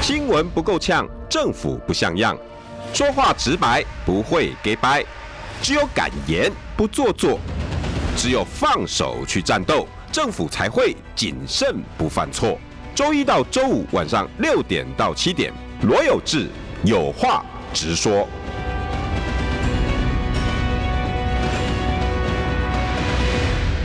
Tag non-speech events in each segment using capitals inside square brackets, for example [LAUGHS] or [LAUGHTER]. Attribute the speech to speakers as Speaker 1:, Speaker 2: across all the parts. Speaker 1: 新闻不够呛，政府不像样，说话直白，不会给掰，只有敢言不做作，只有放手去战斗，政府才会谨慎不犯错。周一到周五晚上六点到七点，罗有志有话直说。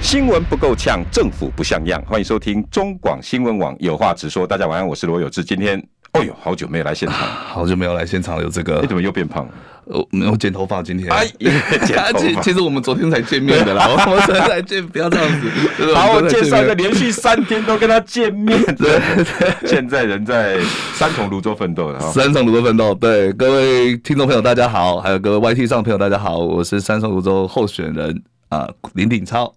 Speaker 2: 新闻不够呛，政府不像样。欢迎收听中广新闻网，有话直说。大家晚安，我是罗有志。今天，哦呦，好久没来现场，
Speaker 3: [LAUGHS]
Speaker 2: 你、
Speaker 3: 好久没有来现场有这
Speaker 1: 哎
Speaker 3: 个，呃
Speaker 2: 怎么又变胖了？
Speaker 3: 我没有剪头发今天。
Speaker 2: 哎，
Speaker 3: [LAUGHS]
Speaker 2: 剪
Speaker 3: 啊
Speaker 2: 头
Speaker 3: 其
Speaker 2: 发
Speaker 3: 其实我们昨天才见面的啦，我们昨天才见，不要这样子。 [LAUGHS]
Speaker 2: [LAUGHS]
Speaker 3: 对
Speaker 2: 把我
Speaker 3: 们昨
Speaker 2: 介
Speaker 3: 天才
Speaker 2: 绍
Speaker 3: 见面
Speaker 2: 一个连续三天都跟他见
Speaker 3: [LAUGHS]
Speaker 2: 面的， [LAUGHS] 现在人在三重泸州奋斗了、哦。
Speaker 3: 三重泸州奋斗，对各位听众朋友大家好，还有各位 YT 上的朋友大家好，我是三重泸州候选人啊、林鼎超，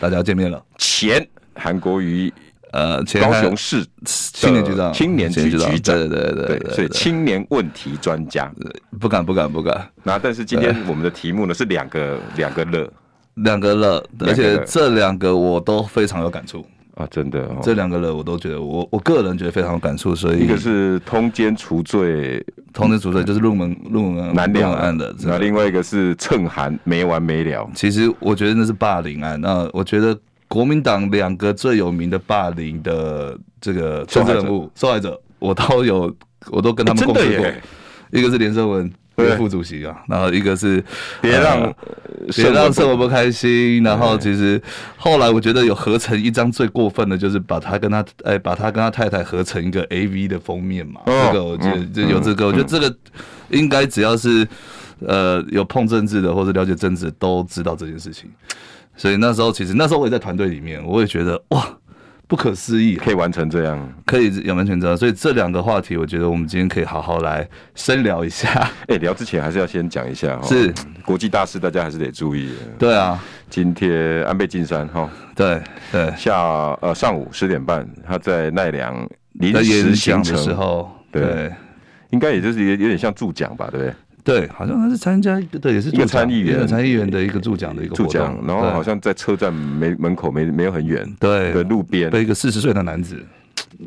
Speaker 3: 大家见面了。
Speaker 2: 前韩国瑜
Speaker 3: 呃，前
Speaker 2: 高
Speaker 3: 还
Speaker 2: 雄市
Speaker 3: 青年局长，
Speaker 2: 青年局
Speaker 3: 青
Speaker 2: 局长，
Speaker 3: 对对对对
Speaker 2: 对，所以青年问题专家。
Speaker 3: 不敢不敢不敢，
Speaker 2: 那但是今天我们的题目呢是两个两个乐
Speaker 3: 两个了，而
Speaker 2: 两
Speaker 3: 且
Speaker 2: 个了
Speaker 3: 这两个我都非常有感触。
Speaker 2: 啊，真的、哦，
Speaker 3: 这两个人我都觉得我我个人觉得非常有感触，所以
Speaker 2: 一个是通奸除罪
Speaker 3: 同志主任就是论文论文案
Speaker 2: 难
Speaker 3: 论
Speaker 2: 两
Speaker 3: 文案的，真
Speaker 2: 那
Speaker 3: 的
Speaker 2: 另外一个是蹭韩没完没了。
Speaker 3: 其实我觉得那是霸凌案。那我觉得国民党两个最有名的霸凌的这个政治人物受害者，我都有我都跟他们
Speaker 2: 哎真
Speaker 3: 共
Speaker 2: 的
Speaker 3: 事过
Speaker 2: 耶，
Speaker 3: 一个是连胜文。
Speaker 2: 对
Speaker 3: 副主席啊，然后一个是
Speaker 2: 别让
Speaker 3: 呃别
Speaker 2: 胜
Speaker 3: 让
Speaker 2: 文
Speaker 3: 圣文不开心，然后其实后来我觉得有合成一张最过分的，就是把他跟他哎把他跟他太太合成一个 A V 的封面嘛，
Speaker 2: 哦
Speaker 3: 这个我觉得
Speaker 2: 嗯
Speaker 3: 就有这个，我觉得这个应该只要是呃有碰政治的或者了解政治都知道这件事情，所以那时候其实那时候我也在团队里面，我也觉得哇不可思议啊、
Speaker 2: 可以完成这样，
Speaker 3: 可以有完全知道，所以这两个话题我觉得我们今天可以好好来深聊一下，
Speaker 2: 哎、聊之前还是要先讲一下哈，
Speaker 3: 是
Speaker 2: 国际大事，大家还是得注意。
Speaker 3: 对啊，
Speaker 2: 今天安倍晋三哈，
Speaker 3: 对对，
Speaker 2: 下呃上午十点半，他在奈良临
Speaker 3: 在演
Speaker 2: 时
Speaker 3: 讲
Speaker 2: 行
Speaker 3: 的时
Speaker 2: 程，
Speaker 3: 候，
Speaker 2: 对
Speaker 3: 对。
Speaker 2: 应该也就是有有点像助讲吧，对不对？
Speaker 3: 对，好像他是参加一个对，也是
Speaker 2: 一个
Speaker 3: 助讲
Speaker 2: 参议员
Speaker 3: 一个参议员的一个助讲的一个活
Speaker 2: 助
Speaker 3: 动
Speaker 2: 讲，然后
Speaker 3: 对
Speaker 2: 好像在车站没门口没没有很远
Speaker 3: 对
Speaker 2: 的路边，
Speaker 3: 被一个四十岁的男子，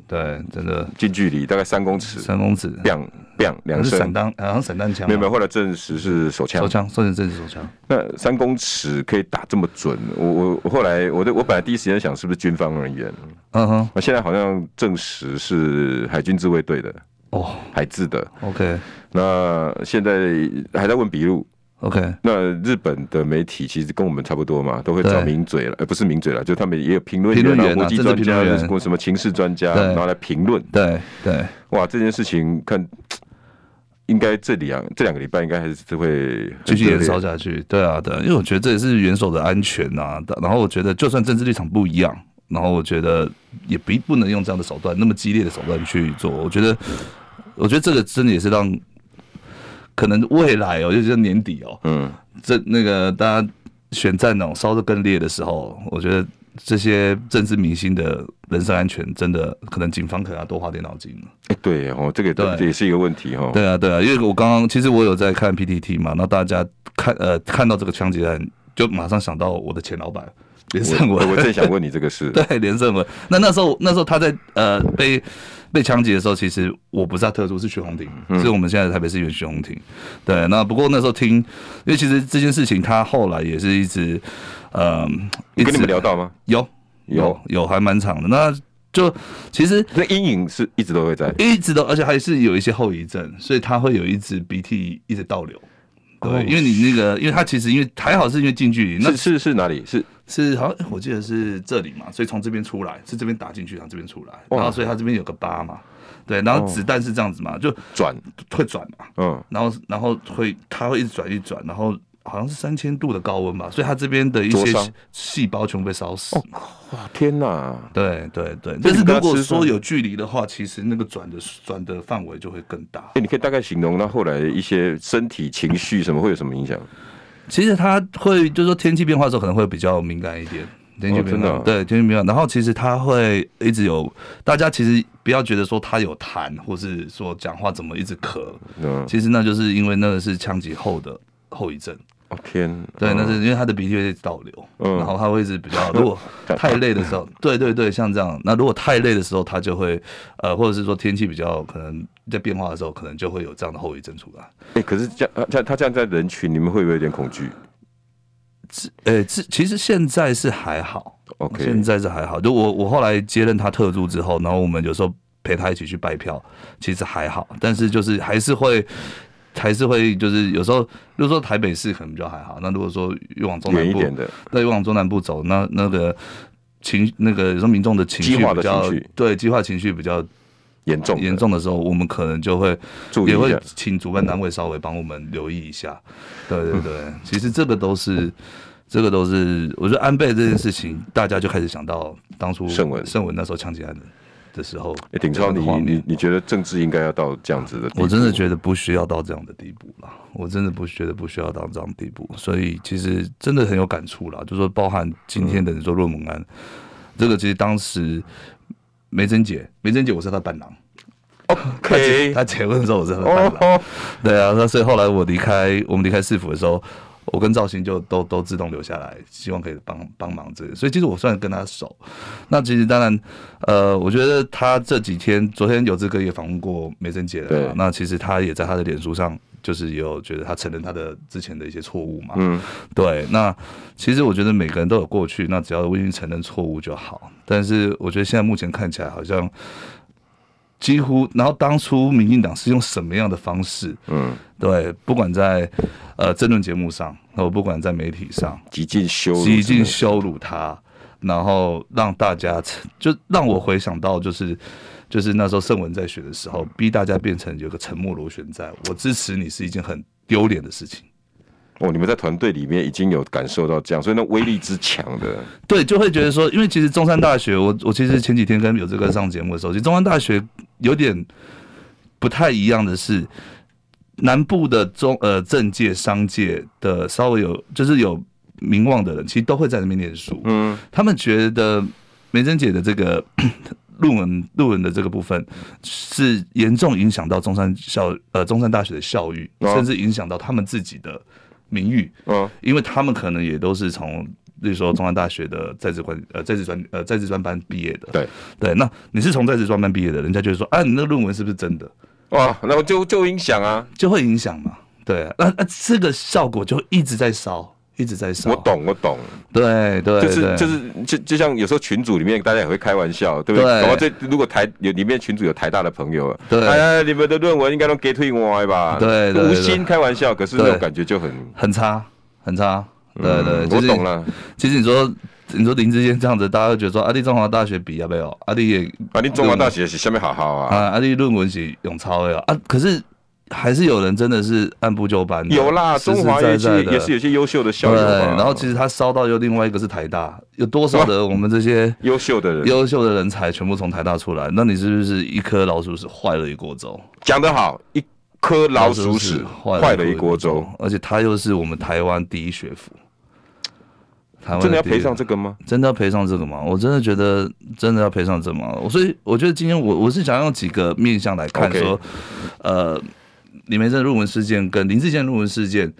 Speaker 3: 对，真的
Speaker 2: 近距离大概三公尺，
Speaker 3: 三公子，
Speaker 2: 砰砰
Speaker 3: 还
Speaker 2: 两
Speaker 3: 是
Speaker 2: 声
Speaker 3: 散，弹，好像散弹枪啊，
Speaker 2: 没有没有，后来证实是手枪
Speaker 3: 手。枪，算是政治手枪，
Speaker 2: 那三公尺可以打这么准，我我我后来我的我本来第一时间想是不是军方人员，
Speaker 3: 嗯哼，
Speaker 2: 那现在好像证实是海军自卫队的
Speaker 3: 哦
Speaker 2: 海自的。
Speaker 3: ，OK
Speaker 2: 那现在还在问笔录。
Speaker 3: OK，
Speaker 2: 那日本的媒体其实跟我们差不多嘛，都会找
Speaker 3: 对
Speaker 2: 名嘴了，呃，不是名嘴了，就他们也有评论
Speaker 3: 评论
Speaker 2: 员
Speaker 3: 员啊
Speaker 2: 国际
Speaker 3: 政
Speaker 2: 专
Speaker 3: 治
Speaker 2: 家
Speaker 3: 评论员
Speaker 2: 或什么情势专家，
Speaker 3: 对
Speaker 2: 然后来评论。
Speaker 3: 对对，
Speaker 2: 哇，这件事情看，应该这里啊，这两个礼拜应该还是会很
Speaker 3: 继续
Speaker 2: 热烈
Speaker 3: 延烧下去，对啊对啊，因为我觉得这也是元首的安全呐、然后我觉得就算政治立场不一样，然后我觉得也不不能用这样的手段，那么激烈的手段去做。我觉得，我觉得这个真的也是让可能未来哦，尤其是年底哦，
Speaker 2: 嗯，
Speaker 3: 这那个大家选战哦烧得更烈的时候，我觉得这些政治明星的人身安全真的可能警方可能要多花点脑筋了。
Speaker 2: 哎对哦，这个
Speaker 3: 对
Speaker 2: 这也是一个问题哦。
Speaker 3: 对啊，对啊，因为我刚刚其实我有在看 PTT 嘛，那大家看呃看到这个枪击案，就马上想到我的前老板连胜
Speaker 2: 我我
Speaker 3: 文，
Speaker 2: 正想问你这个事，
Speaker 3: [LAUGHS] 对连胜文。那那时候那时候他在呃被被枪击的时候，其实我不是他特助，是徐宏庭，
Speaker 2: 嗯
Speaker 3: 是我们现在的台北市议员徐宏庭。对，那不过那时候听，因为其实这件事情他后来也是一直呃，
Speaker 2: 我跟
Speaker 3: 一
Speaker 2: 你
Speaker 3: 直
Speaker 2: 们聊到吗？
Speaker 3: 有有有还蛮长的，那就其实
Speaker 2: 那阴影是一直都会在。
Speaker 3: 一直都，而且还是有一些后遗症，所以他会有一直鼻涕一直倒流。对，因为你那个，因为他其实因为还好是因为近距离，那
Speaker 2: 哦是是是哪里？是
Speaker 3: 是好像我记得是这里嘛，所以从这边出来是这边打进去，然后这边出来，
Speaker 2: 哇哦
Speaker 3: 然后所以他这边有个疤嘛，对，然后子弹是这样子嘛，就
Speaker 2: 转，
Speaker 3: 会转嘛，
Speaker 2: 嗯，
Speaker 3: 然后然后会它会一直转一直转，然后好像是三千度的高温吧，所以它这边的一
Speaker 2: 灼
Speaker 3: 些
Speaker 2: 伤
Speaker 3: 细细胞全部被烧死嘛。
Speaker 2: 哇，天哪！
Speaker 3: 对对对，
Speaker 2: 这
Speaker 3: 但
Speaker 2: 你
Speaker 3: 是
Speaker 2: 不要
Speaker 3: 如果
Speaker 2: 吃
Speaker 3: 说
Speaker 2: 饭
Speaker 3: 有距离的话，其实那个转的转的范围就会更大。
Speaker 2: 哎，你可以大概形容那后来一些身体、情绪什么会有什么影响？
Speaker 3: 其实它会就是说天气变化的时候可能会比较敏感一点，天气
Speaker 2: 哦
Speaker 3: 变
Speaker 2: 真
Speaker 3: 化、
Speaker 2: 的啊
Speaker 3: 对天气变化。然后其实它会一直有，大家其实不要觉得说他有痰，或是说讲话怎么一直咳，
Speaker 2: 嗯，
Speaker 3: 其实那就是因为那个是枪击后的后遗症。
Speaker 2: 哦天，
Speaker 3: 对，
Speaker 2: 嗯
Speaker 3: 那是因为他的鼻涕会一直倒流，
Speaker 2: 嗯
Speaker 3: 然后他会一直比
Speaker 2: [LAUGHS]
Speaker 3: 较，如果太累的时候，对对对，像这样。那如果太累的时候，他就会呃，或者是说天气比较可能在变化的时候，可能就会有这样的后遗症出来。
Speaker 2: 哎，可是这样，他他这样在人群，你们会不会有点恐惧
Speaker 3: 呃，这其实现在是还好
Speaker 2: ？OK，
Speaker 3: 现在是还好。就我我后来接任他特助之后，然后我们有时候陪他一起去拜票，其实还好，但是就是还是会。还是会就是有时候，如果说台北市可能比较还好，那如果说越往中
Speaker 2: 远
Speaker 3: 南
Speaker 2: 一
Speaker 3: 部，
Speaker 2: 点的，
Speaker 3: 对，往中南部走，那那个情那个有时候民众的情绪
Speaker 2: 激化
Speaker 3: 比
Speaker 2: 的
Speaker 3: 较
Speaker 2: 情绪
Speaker 3: 对激化情绪比较
Speaker 2: 严重的
Speaker 3: 严，重的时候，我们可能就会
Speaker 2: 注意
Speaker 3: 也
Speaker 2: 一
Speaker 3: 会
Speaker 2: 下。
Speaker 3: 请主办单位稍微帮我们留意一下。对对对，其实这个都是。这个都是，我觉得安倍这件事情，大家就开始想到当初
Speaker 2: 圣文
Speaker 3: 圣文那时候枪击案的的时候
Speaker 2: 哎，，顶超，
Speaker 3: 这
Speaker 2: 你
Speaker 3: 样的画面
Speaker 2: 你你觉得政治应该要到这样子的地步？
Speaker 3: 我真的觉得不需要到这样的地步啦，我真的不觉得不需要到这样的地步，所以其实真的很有感触啦，就说包含今天
Speaker 2: 嗯
Speaker 3: 的你说论文案，这个其实当时梅珍姐，梅珍姐我是她伴郎，她结
Speaker 2: OK，
Speaker 3: 她结婚的时候我是她的伴郎，
Speaker 2: 哦，
Speaker 3: [LAUGHS] 对啊，那所以后来我离开我们离开市府的时候。我跟赵鑫就都都自动留下来，希望可以帮帮忙这个，所以其实我算跟他熟。那其实当然，呃，我觉得他这几天，昨天有志哥也访问过梅珍姐了
Speaker 2: 对
Speaker 3: 嘛，那其实他也在他的脸书上，就是也有觉得他承认他的之前的一些错误嘛。
Speaker 2: 嗯，
Speaker 3: 对，那其实我觉得每个人都有过去，那只要愿意承认错误就好。但是我觉得现在目前看起来好像几乎，然后当初民进党是用什么样的方式？
Speaker 2: 嗯，
Speaker 3: 对，不管在呃政论节目上，那我不管在媒体上，
Speaker 2: 极尽羞辱，
Speaker 3: 极尽羞辱他，然后让大家就让我回想到就是。就是那时候盛文在选的时候，逼大家变成有个沉默螺旋在，我支持你是一件很丢脸的事情。
Speaker 2: 哦，你们在团队里面已经有感受到这样，所以那威力之强的，
Speaker 3: 对，就会觉得说，因为其实中山大学，我我其实前几天跟有这个上节目的时候，其实中山大学有点不太一样的是，南部的中呃政界、商界的稍微有就是有名望的人，其实都会在那边念书，
Speaker 2: 嗯，
Speaker 3: 他们觉得梅珍姐的这个 [COUGHS] 论文论文的这个部分是严重影响到中山校呃中山大学的校誉，
Speaker 2: 哦
Speaker 3: 甚至影响到他们自己的名誉，
Speaker 2: 哦，
Speaker 3: 因为他们可能也都是从，例如说中山大学的在职官呃在职专呃在职专班毕业的，
Speaker 2: 对，
Speaker 3: 对，那你是从在职专班毕业的，人家就会说，啊，你那个论文是不是真的？
Speaker 2: 哇，那我就就影响啊，
Speaker 3: 就会影响嘛，对啊，那、那这个效果就一直在烧，一直在烧。
Speaker 2: 我，懂，我懂，
Speaker 3: 对对，
Speaker 2: 就是
Speaker 3: 对
Speaker 2: 就是就就像有时候群组里面大家也会开玩笑，对不对？
Speaker 3: 对
Speaker 2: 然后这如果台有里面群组有台大的朋友，
Speaker 3: 对
Speaker 2: 哎呀，你们的论文应该都 get 退歪吧？
Speaker 3: 对对对
Speaker 2: 无心开玩笑，可是那种
Speaker 3: 对
Speaker 2: 感觉就很，
Speaker 3: 很差很差，对对，
Speaker 2: 嗯
Speaker 3: 就
Speaker 2: 我
Speaker 3: 是
Speaker 2: 懂了。
Speaker 3: 其实你说你说林志坚这样子，大家会觉得说，啊，你中华大学比啊没有，啊，你也
Speaker 2: 啊，你中华大学是下面好好啊，
Speaker 3: 啊，啊，你论文是永超的啊，可是。还是有人真的是按部就班的，
Speaker 2: 有啦，
Speaker 3: 实
Speaker 2: 中
Speaker 3: 实
Speaker 2: 华
Speaker 3: 在
Speaker 2: 也
Speaker 3: 在
Speaker 2: 是
Speaker 3: 的
Speaker 2: 也是有些啊优秀的校友
Speaker 3: 对，
Speaker 2: 嘛，
Speaker 3: 然后其实他烧到又另外一个是台大，有多少的我们
Speaker 2: [LAUGHS]
Speaker 3: 这些
Speaker 2: 优秀的人
Speaker 3: 优秀的人才全部从台大出来？那你是不是一颗老鼠屎坏了一锅粥？
Speaker 2: 讲得好，一颗老鼠屎坏了一锅粥，，
Speaker 3: 而且他又是我们台湾第一学府，台湾
Speaker 2: 真的要
Speaker 3: 第一
Speaker 2: 赔上这个吗？
Speaker 3: 真的要赔上这个吗？我真的觉得真的要赔上这个吗？所以我觉得今天我我是想用几个面向来看
Speaker 2: OK
Speaker 3: 说呃，李梅珍的论文事件跟林志坚的论文事件，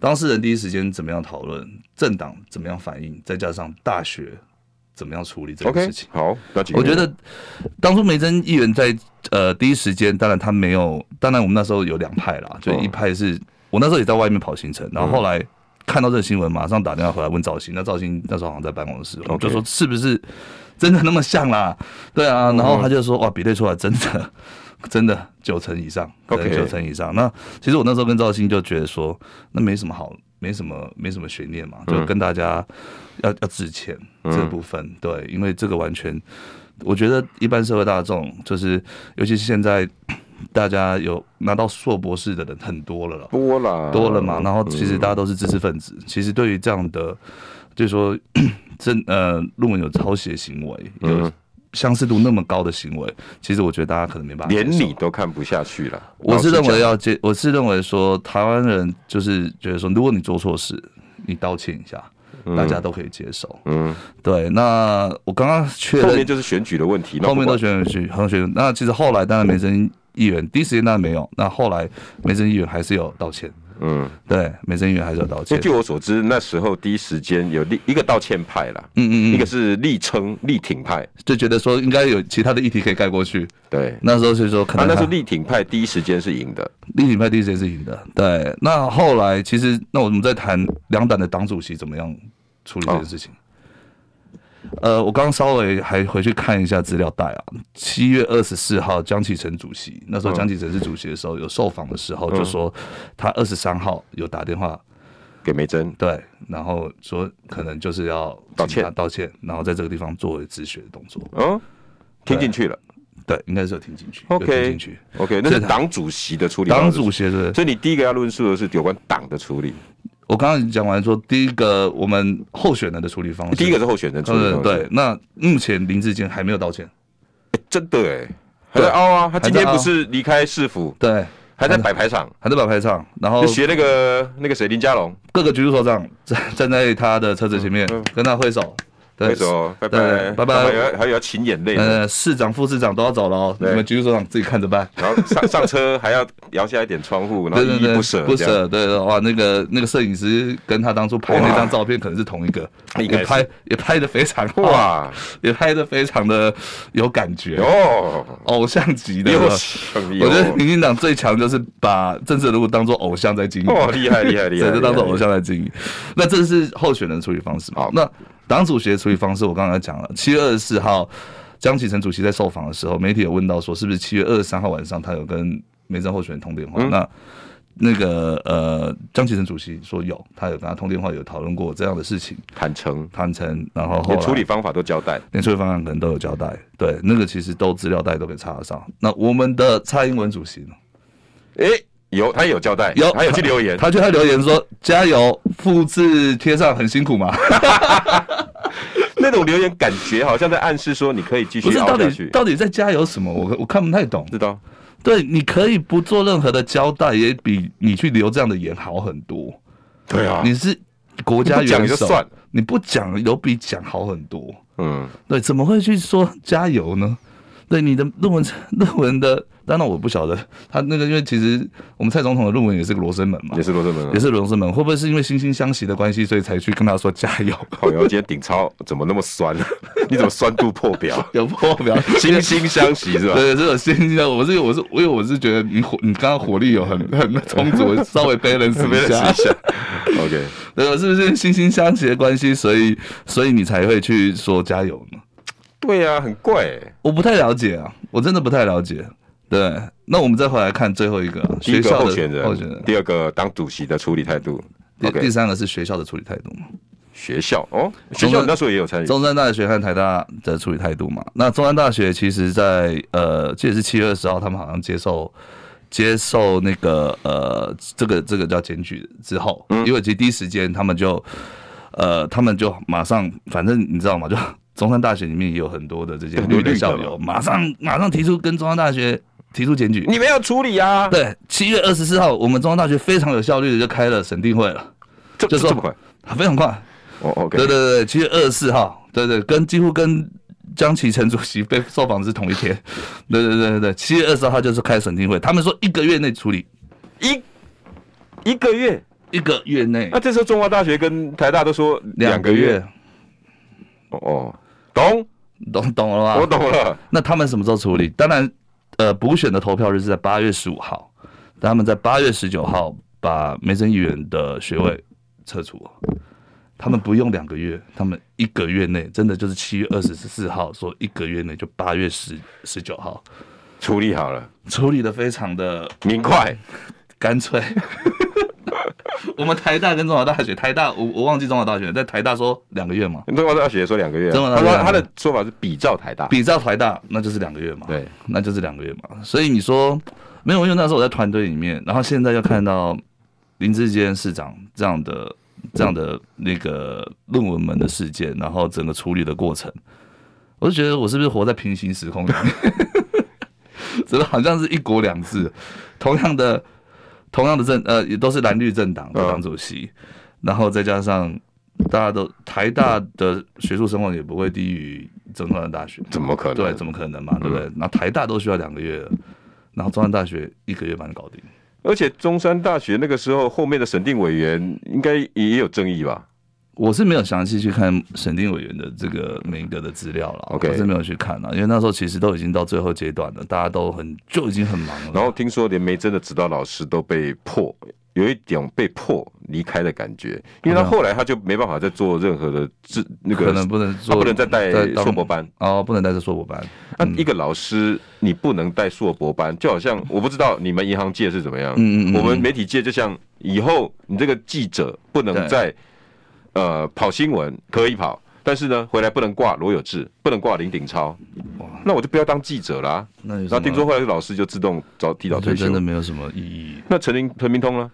Speaker 3: 当事人第一时间怎么样讨论，政党怎么样反应，再加上大学怎么样处理这个
Speaker 2: OK，
Speaker 3: 事情。
Speaker 2: 好，那请
Speaker 3: 我觉得当初梅珍议员在呃第一时间，当然他没有，当然我们那时候有两派啦，就一派是、我那时候也在外面跑行程，然后后来看到这个新闻，马上打电话回来问赵鑫，那赵鑫那时候好像在办公室，我就说是不是真的那么像啦？对啊，然后他就说哇，比对出来真的。 [LAUGHS] 真的九成以上
Speaker 2: OK
Speaker 3: 对九成以上。那其实我那时候跟赵鑫就觉得说，那没什么好，没什么，没什么悬念嘛，就跟大家要、要致歉这部分，对，因为这个完全，我觉得一般社会大众，就是尤其是现在大家有拿到硕博士的人很多了了，
Speaker 2: 多啦，
Speaker 3: 多了嘛，然后其实大家都是知识分子，其实对于这样的，就是说正呃论文有抄袭的行为，有相似度那么高的行为，其实我觉得大家可能没办法接
Speaker 2: 连
Speaker 3: 受。
Speaker 2: 你都看不下去了。
Speaker 3: 我是
Speaker 2: 老
Speaker 3: 认
Speaker 2: 实讲
Speaker 3: 为要接，我是认为说，台湾人就是觉得说，如果你做错事，你道歉一下，大家都可以接受。
Speaker 2: 嗯，
Speaker 3: 对，那我刚刚确
Speaker 2: 后
Speaker 3: 认
Speaker 2: 面就是选举的问题，那
Speaker 3: 后面
Speaker 2: 不管
Speaker 3: 都选举很选举，那其实后来当然梅珍议员第一时间当然没有，那后来梅珍议员还是有道歉，
Speaker 2: 嗯，
Speaker 3: 对，美声音员还是要道
Speaker 2: 因
Speaker 3: 歉
Speaker 2: 为。据我所知，那时候第一时间有立一个道歉派啦，
Speaker 3: 嗯嗯
Speaker 2: 一
Speaker 3: 嗯
Speaker 2: 个，是力撑力挺派，
Speaker 3: 就觉得说应该有其他的议题可以盖过去。
Speaker 2: 对，
Speaker 3: 那时候所以说可
Speaker 2: 啊，
Speaker 3: 能
Speaker 2: 那时
Speaker 3: 他
Speaker 2: 候力挺派第一时间是赢的，
Speaker 3: 立体派第一时间是赢的。对，那后来其实那我们在谈两党的党主席怎么样处理这件事情。呃，我刚稍微还回去看一下资料袋啊。七月二十四号，江启臣主席那时
Speaker 2: 嗯
Speaker 3: 候江启臣是主席的时候，有受访的时候就说，他二十三号有打电话
Speaker 2: 给梅珍，
Speaker 3: 对，然后说可能就是要
Speaker 2: 道
Speaker 3: 请他
Speaker 2: 歉
Speaker 3: 道歉，然后在这个地方作为止血的动作。
Speaker 2: 嗯，听进去了
Speaker 3: 对，应该是有听进去有听
Speaker 2: ，OK
Speaker 3: 进去。
Speaker 2: OK，那是
Speaker 3: 所以他
Speaker 2: 党主席的处理
Speaker 3: 党
Speaker 2: 方式，
Speaker 3: 主席的
Speaker 2: 所以你第一个要论述的是有关党的处理，
Speaker 3: 我刚刚已经讲完说，第一个我们候选人的处理方式，
Speaker 2: 第一个是候选人处理
Speaker 3: 呃
Speaker 2: 方式，
Speaker 3: 对，那目前林志坚还没有道歉，
Speaker 2: 欸真的哎，还在凹啊，他今天
Speaker 3: 还在凹
Speaker 2: 不是离开市府，
Speaker 3: 对，
Speaker 2: 还在摆排场，
Speaker 3: 还在摆排场，然后
Speaker 2: 就学那个那个谁林佳龙，
Speaker 3: 各个局处首长站站在他的车子前面跟他挥手，
Speaker 2: 嗯
Speaker 3: 对
Speaker 2: 挥手哦拜拜
Speaker 3: 对拜拜
Speaker 2: 还有还有要噙眼泪呢，
Speaker 3: 呃，市长、副市长都要走了哦，你
Speaker 2: 对
Speaker 3: 们局处首长自己看着办。
Speaker 2: 然后上上车还要摇下一点窗户，然后
Speaker 3: 对对
Speaker 2: 依依
Speaker 3: 对，
Speaker 2: 不舍，
Speaker 3: 不
Speaker 2: 这样，
Speaker 3: 舍，对哇，那个那个摄影师跟他当初拍那张照片可能是同一个，
Speaker 2: 应该
Speaker 3: 也
Speaker 2: 是
Speaker 3: 拍也拍的非常哇，
Speaker 2: 哇，
Speaker 3: 也拍的非常的有感觉，
Speaker 2: 哟，
Speaker 3: 偶像级的，
Speaker 2: 有想
Speaker 3: 我觉得
Speaker 2: 有，
Speaker 3: 民进党最强就是把政治人物当做偶像在经营，
Speaker 2: 哦，厉害厉害厉害，
Speaker 3: 对，就当做
Speaker 2: 厉害
Speaker 3: 偶。像在经营。那这是候选人的处理方式嘛
Speaker 2: 好？
Speaker 3: 那党主席的处理方式，我刚才讲了，七月二十四号，江启臣主席在受访的时候，媒体有问到说，是不是七月二十三号晚上他有跟梅珍候选人通电
Speaker 2: 嗯
Speaker 3: 话？那那个呃，江启臣主席说有，他有跟他通电话，有讨论过这样的事情，
Speaker 2: 坦诚，
Speaker 3: 坦诚，然后后
Speaker 2: 连
Speaker 3: 来
Speaker 2: 处理方法都交代。
Speaker 3: 连处理方案可能都有交代，对，那个其实都资料袋都可以查得上。那我们的蔡英文主席呢？
Speaker 2: 哎、有他也有交代，
Speaker 3: 有，
Speaker 2: 他有去留言，
Speaker 3: 他就他留言说加油，复制贴上很辛
Speaker 2: [LAUGHS]
Speaker 3: 苦嘛？
Speaker 2: 那种留言感觉好像在暗示说你可以继
Speaker 3: 不
Speaker 2: 续
Speaker 3: 是，到
Speaker 2: 熬下
Speaker 3: 底
Speaker 2: 去。
Speaker 3: 到底在加油什么？我我看不太懂。
Speaker 2: 知道，
Speaker 3: 对，你可以不做任何的交代，也比你去留这样的言好很多。
Speaker 2: 对啊
Speaker 3: 你是国家
Speaker 2: 你不讲也
Speaker 3: 元
Speaker 2: 就
Speaker 3: 首
Speaker 2: 算了，
Speaker 3: 你不讲有比讲好很多。
Speaker 2: 嗯，
Speaker 3: 对，怎么会去说加油呢？对，你的论文论文的，当然我不晓得他那个，因为其实我们蔡总统的论文也是个罗生门嘛
Speaker 2: 也，是罗志门啊
Speaker 3: 也。是罗生门，会不会是因为惺惺相惜的关系，所以才去跟他说加油？
Speaker 2: 好哟，今天顶超怎么那么酸？ [LAUGHS] 你怎么酸度破
Speaker 3: [LAUGHS]
Speaker 2: 表？
Speaker 3: 有破表，
Speaker 2: 惺惺相惜是吧？
Speaker 3: 对，这种心机的，我是我是因为我是觉得你火，你刚刚火力有很 [LAUGHS] 很充足，稍 [LAUGHS] 微 balance
Speaker 2: 没
Speaker 3: 一
Speaker 2: 人
Speaker 3: 下
Speaker 2: 一，下。OK，
Speaker 3: [LAUGHS] 对，是不是惺惺相惜的关系，所以所以你才会去说加油呢？
Speaker 2: 对啊，很怪、欸。
Speaker 3: 我不太了解啊，我真的不太了解。对，那我们再回来看最后一个啊、
Speaker 2: 第一
Speaker 3: 学
Speaker 2: 个
Speaker 3: 校的
Speaker 2: 候选人，
Speaker 3: 候选人，
Speaker 2: 第二个党主席的处理态度。
Speaker 3: 第第
Speaker 2: OK，
Speaker 3: 三个是学校的处理态度嘛？
Speaker 2: 学校哦，学校那时候也有参与。
Speaker 3: 中山大学和台大的处理态度嘛。那中山大学其实在，呃，这也是七月二十号，他们好像接受接受那个呃，这个这个叫检举之后，
Speaker 2: 嗯
Speaker 3: 因为其实第一时间他们就呃，他们就马上，反正你知道吗？就 [LAUGHS] 中山大学里面也有很多的这些
Speaker 2: 对绿
Speaker 3: 绿
Speaker 2: 绿
Speaker 3: 的
Speaker 2: 的
Speaker 3: 校友，马上马上提出跟中山大学提出检举。
Speaker 2: 你没有处理啊？
Speaker 3: 对，七月二十四号，我们中山大学非常有效率的就开了审定会了，
Speaker 2: 这这
Speaker 3: 就说
Speaker 2: 这么快？
Speaker 3: 非常快。
Speaker 2: 哦，OK，
Speaker 3: 对对对对，七月二十四号，对对，跟几乎跟江启臣主席被受访是同一
Speaker 2: [LAUGHS]
Speaker 3: 天。对对对对对，七月二十号就是开审听会，他们说一个月内处理，
Speaker 2: 一一个月，
Speaker 3: 一个月内
Speaker 2: 那、这时候中华大学跟台大都说啊两个月，，哦哦，懂，
Speaker 3: 懂懂了吧？
Speaker 2: 我。懂了，
Speaker 3: 那他们什么时候处理？当然，呃，补选的投票日是在八月十五号，他们在八月十九号把梅森议员的学位撤除了。他们不用两个月，他们一个月内，真的就是七月二十四号说一个月内就八月十十九号，
Speaker 2: 处理好了，
Speaker 3: 处理的非常的
Speaker 2: 明快，
Speaker 3: 干脆。 [LAUGHS] 我们台大跟中华大学，台大我我忘记中华大学了在台大说两个月嘛，
Speaker 2: 中华大学说两个月啊，
Speaker 3: 中华大
Speaker 2: 他
Speaker 3: 学
Speaker 2: 说他的说法是比照台大，
Speaker 3: 比照台大那就是两个月嘛，
Speaker 2: 对，
Speaker 3: 那就是两个月嘛。所以你说没有因为那时候我在团队里面，然后现在又看到林志坚市长这样的这样的那个论文门的事件，然后整个处理的过程，我就觉得我是不是活在平行时空里面？ [LAUGHS] 怎么好像是一国两制？同样的，同样的政呃，也都是蓝绿政党的
Speaker 2: 嗯
Speaker 3: 党主席，然后再加上大家都台大的学术声望也不会低于中山大学，
Speaker 2: 怎么可能？嗯
Speaker 3: 对，怎么可能嘛，对不对？那台大都需要两个月了，然后中山大学一个月把你搞定，
Speaker 2: 而且中山大学那个时候后面的审定委员应该也有争议吧？
Speaker 3: 我是没有详细去看审定委员的这个每一个的资料了
Speaker 2: OK
Speaker 3: 我是没有去看了，因为那时候其实都已经到最后阶段了，大家都很就已经很忙了。
Speaker 2: 然后听说连梅珍的指导老师都被迫有一点被迫离开的感觉，因为他后来他就没办法再做任何的制那个，
Speaker 3: 可能不能
Speaker 2: 他
Speaker 3: 做，
Speaker 2: 不能再带
Speaker 3: 当
Speaker 2: 硕博班。
Speaker 3: 哦，不能带着硕博班。
Speaker 2: 那一个老师你不能带硕博班，就好像我不知道你们银行界是怎么样，
Speaker 3: 嗯嗯嗯
Speaker 2: 我们媒体界就像以后你这个记者不能
Speaker 3: 对
Speaker 2: 再呃跑新闻可以跑，但是呢回来不能挂罗有志，不能挂林鼎超，那我就不要当记者啦。
Speaker 3: 那有
Speaker 2: 然
Speaker 3: 什
Speaker 2: 后
Speaker 3: 么
Speaker 2: 听说后来老师就自动早提早
Speaker 3: 我觉得
Speaker 2: 退休
Speaker 3: 真的，没有什么意义。
Speaker 2: 那陈明陈明通呢？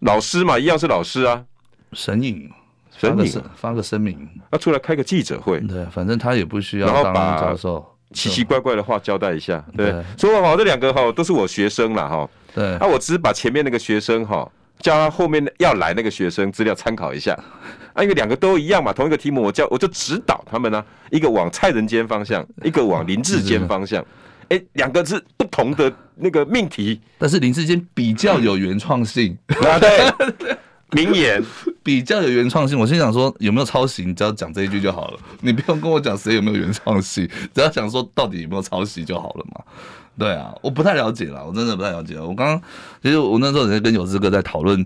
Speaker 2: 老师嘛，一样是老师啊，
Speaker 3: 神隐，
Speaker 2: 神
Speaker 3: 发个
Speaker 2: 隐
Speaker 3: 声发个声明，
Speaker 2: 那出来开个记者会，
Speaker 3: 对，反正他也不需要
Speaker 2: 然后
Speaker 3: 当
Speaker 2: 把
Speaker 3: 教授。
Speaker 2: 奇奇怪怪的话交代一下。嗯对
Speaker 3: 对，
Speaker 2: 说好这两个哈都是我学生啦哈，
Speaker 3: 对
Speaker 2: 啊，，我只是把前面那个学生哈，叫他后面要来那个学生资料参考一 [LAUGHS] 下。啊，因为两个都一样嘛，同一个题目，我教我就指导他们呢、啊一个往蔡仁坚方向，一个往林志坚方向。哎、两个嗯 [LAUGHS] 是不同的那个命题
Speaker 3: 但是林志坚比较有原创性，
Speaker 2: 啊， [LAUGHS] 对，名言
Speaker 3: 比较有原创性。我心想说，有没有抄袭？你只要讲这一句就好了，你不用跟我讲谁有没有原创性， [LAUGHS] 只要讲说到底有没有抄袭就好了嘛。对啊，我不太了解啦，我真的不太了解。我刚刚其实我那时候也在跟有志哥在讨论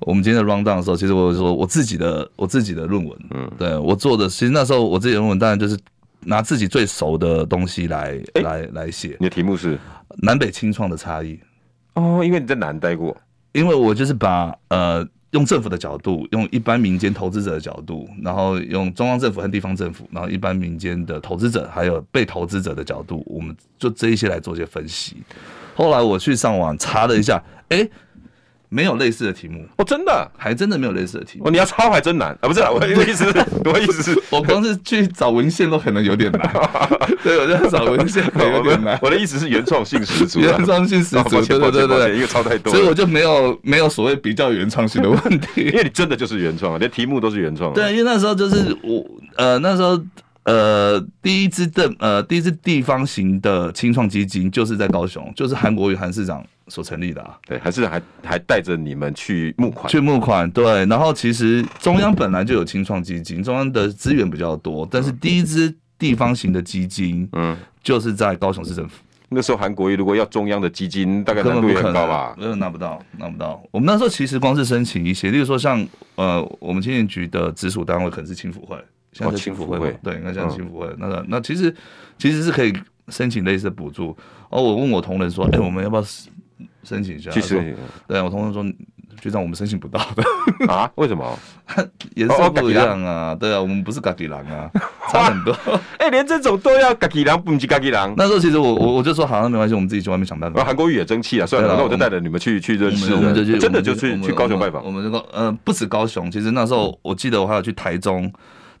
Speaker 3: 我们今天的 round down 的时候，其实我说我自己的我自己的论文，嗯，对我做的，其实那时候我自己的论文当然就是拿自己最熟的东西来、来来写
Speaker 2: 你的题目是
Speaker 3: 南北清创的差异。
Speaker 2: [LAUGHS] 哦，因为你在南待过，
Speaker 3: 因为我就是把呃用政府的角度，用一般民间投资者的角度，然后用中央政府和地方政府，然后一般民间的投资者还有被投资者的角度，我们就这一些来做一些分析。后来我去上网查了一下，哎，没有类似的题目，
Speaker 2: 哦，真的
Speaker 3: 还真的没有类似的题目
Speaker 2: 哦，。你要抄还真难啊，不是啦，我的意
Speaker 3: [LAUGHS]
Speaker 2: 思是，我的意思是。
Speaker 3: 我光是去找文献都可能有点难，对，我就找文献可能有点难。
Speaker 2: 我的意思是原创性十足
Speaker 3: [LAUGHS]
Speaker 2: 啦，
Speaker 3: 原创性十
Speaker 2: 啊
Speaker 3: 足，
Speaker 2: 抱
Speaker 3: 对
Speaker 2: 歉
Speaker 3: 对
Speaker 2: 抱
Speaker 3: 对
Speaker 2: 歉抱
Speaker 3: 对
Speaker 2: 歉，因为抄太多了，
Speaker 3: 所以我就没有没有所谓比较原创性的问题
Speaker 2: 因。为你真的就是原创啊，连题目都是原创啊。
Speaker 3: 对，因为那时候就是我呃那时候呃第一支的呃第一支地方型的青创基金就是在高雄，就是韩国瑜韩市长所成立的、啊，
Speaker 2: 对，还是还还带着你们去募款。
Speaker 3: 去募款对。然后其实中央本来就有青创基金，中央的资源比较多，但是第一支地方型的基金，嗯，就是在高雄市政府。
Speaker 2: 那时候韩国瑜如果要中央的基金，大概
Speaker 3: 根
Speaker 2: 难
Speaker 3: 本
Speaker 2: 度
Speaker 3: 不
Speaker 2: 也
Speaker 3: 可
Speaker 2: 很
Speaker 3: 能
Speaker 2: 高吧？
Speaker 3: 呃，拿不到，拿不到。我们那时候其实光是申请一些，例如说像呃，我们青年局的直属单位可能是青辅会，现在
Speaker 2: 哦
Speaker 3: 是青
Speaker 2: 青辅
Speaker 3: 会嘛，
Speaker 2: 会
Speaker 3: 对，应该像青辅会。那个那其实其实是可以申请类似的补助。哦，我问我同仁说，哎、我们要不要申请一下？
Speaker 2: 其
Speaker 3: 他
Speaker 2: 实
Speaker 3: 说，啊对我同仁说，局长，我们申请不到的，
Speaker 2: [LAUGHS]
Speaker 3: [LAUGHS]
Speaker 2: 啊，为什么？
Speaker 3: 颜
Speaker 2: 哦
Speaker 3: 色
Speaker 2: 哦
Speaker 3: 不一
Speaker 2: 嘎吉
Speaker 3: 样啊，对啊，我们不是嘎迪狼啊，差很多。 [LAUGHS]
Speaker 2: 哎、连这种都要嘎吉狼，不是嘎吉狼。
Speaker 3: 那时候其实我我我就说，好，那没关系，我们自己去外面想办法
Speaker 2: 然后。韩国瑜也争气啊，算
Speaker 3: 对
Speaker 2: 了，
Speaker 3: 啊
Speaker 2: 那我就带着你们去去认识
Speaker 3: 我们我们就去
Speaker 2: 人，真的就
Speaker 3: 我
Speaker 2: 去
Speaker 3: 们
Speaker 2: 去高雄拜
Speaker 3: 我
Speaker 2: 访。
Speaker 3: 们这个呃，不止高雄，其实那时候我记得我还有去台中，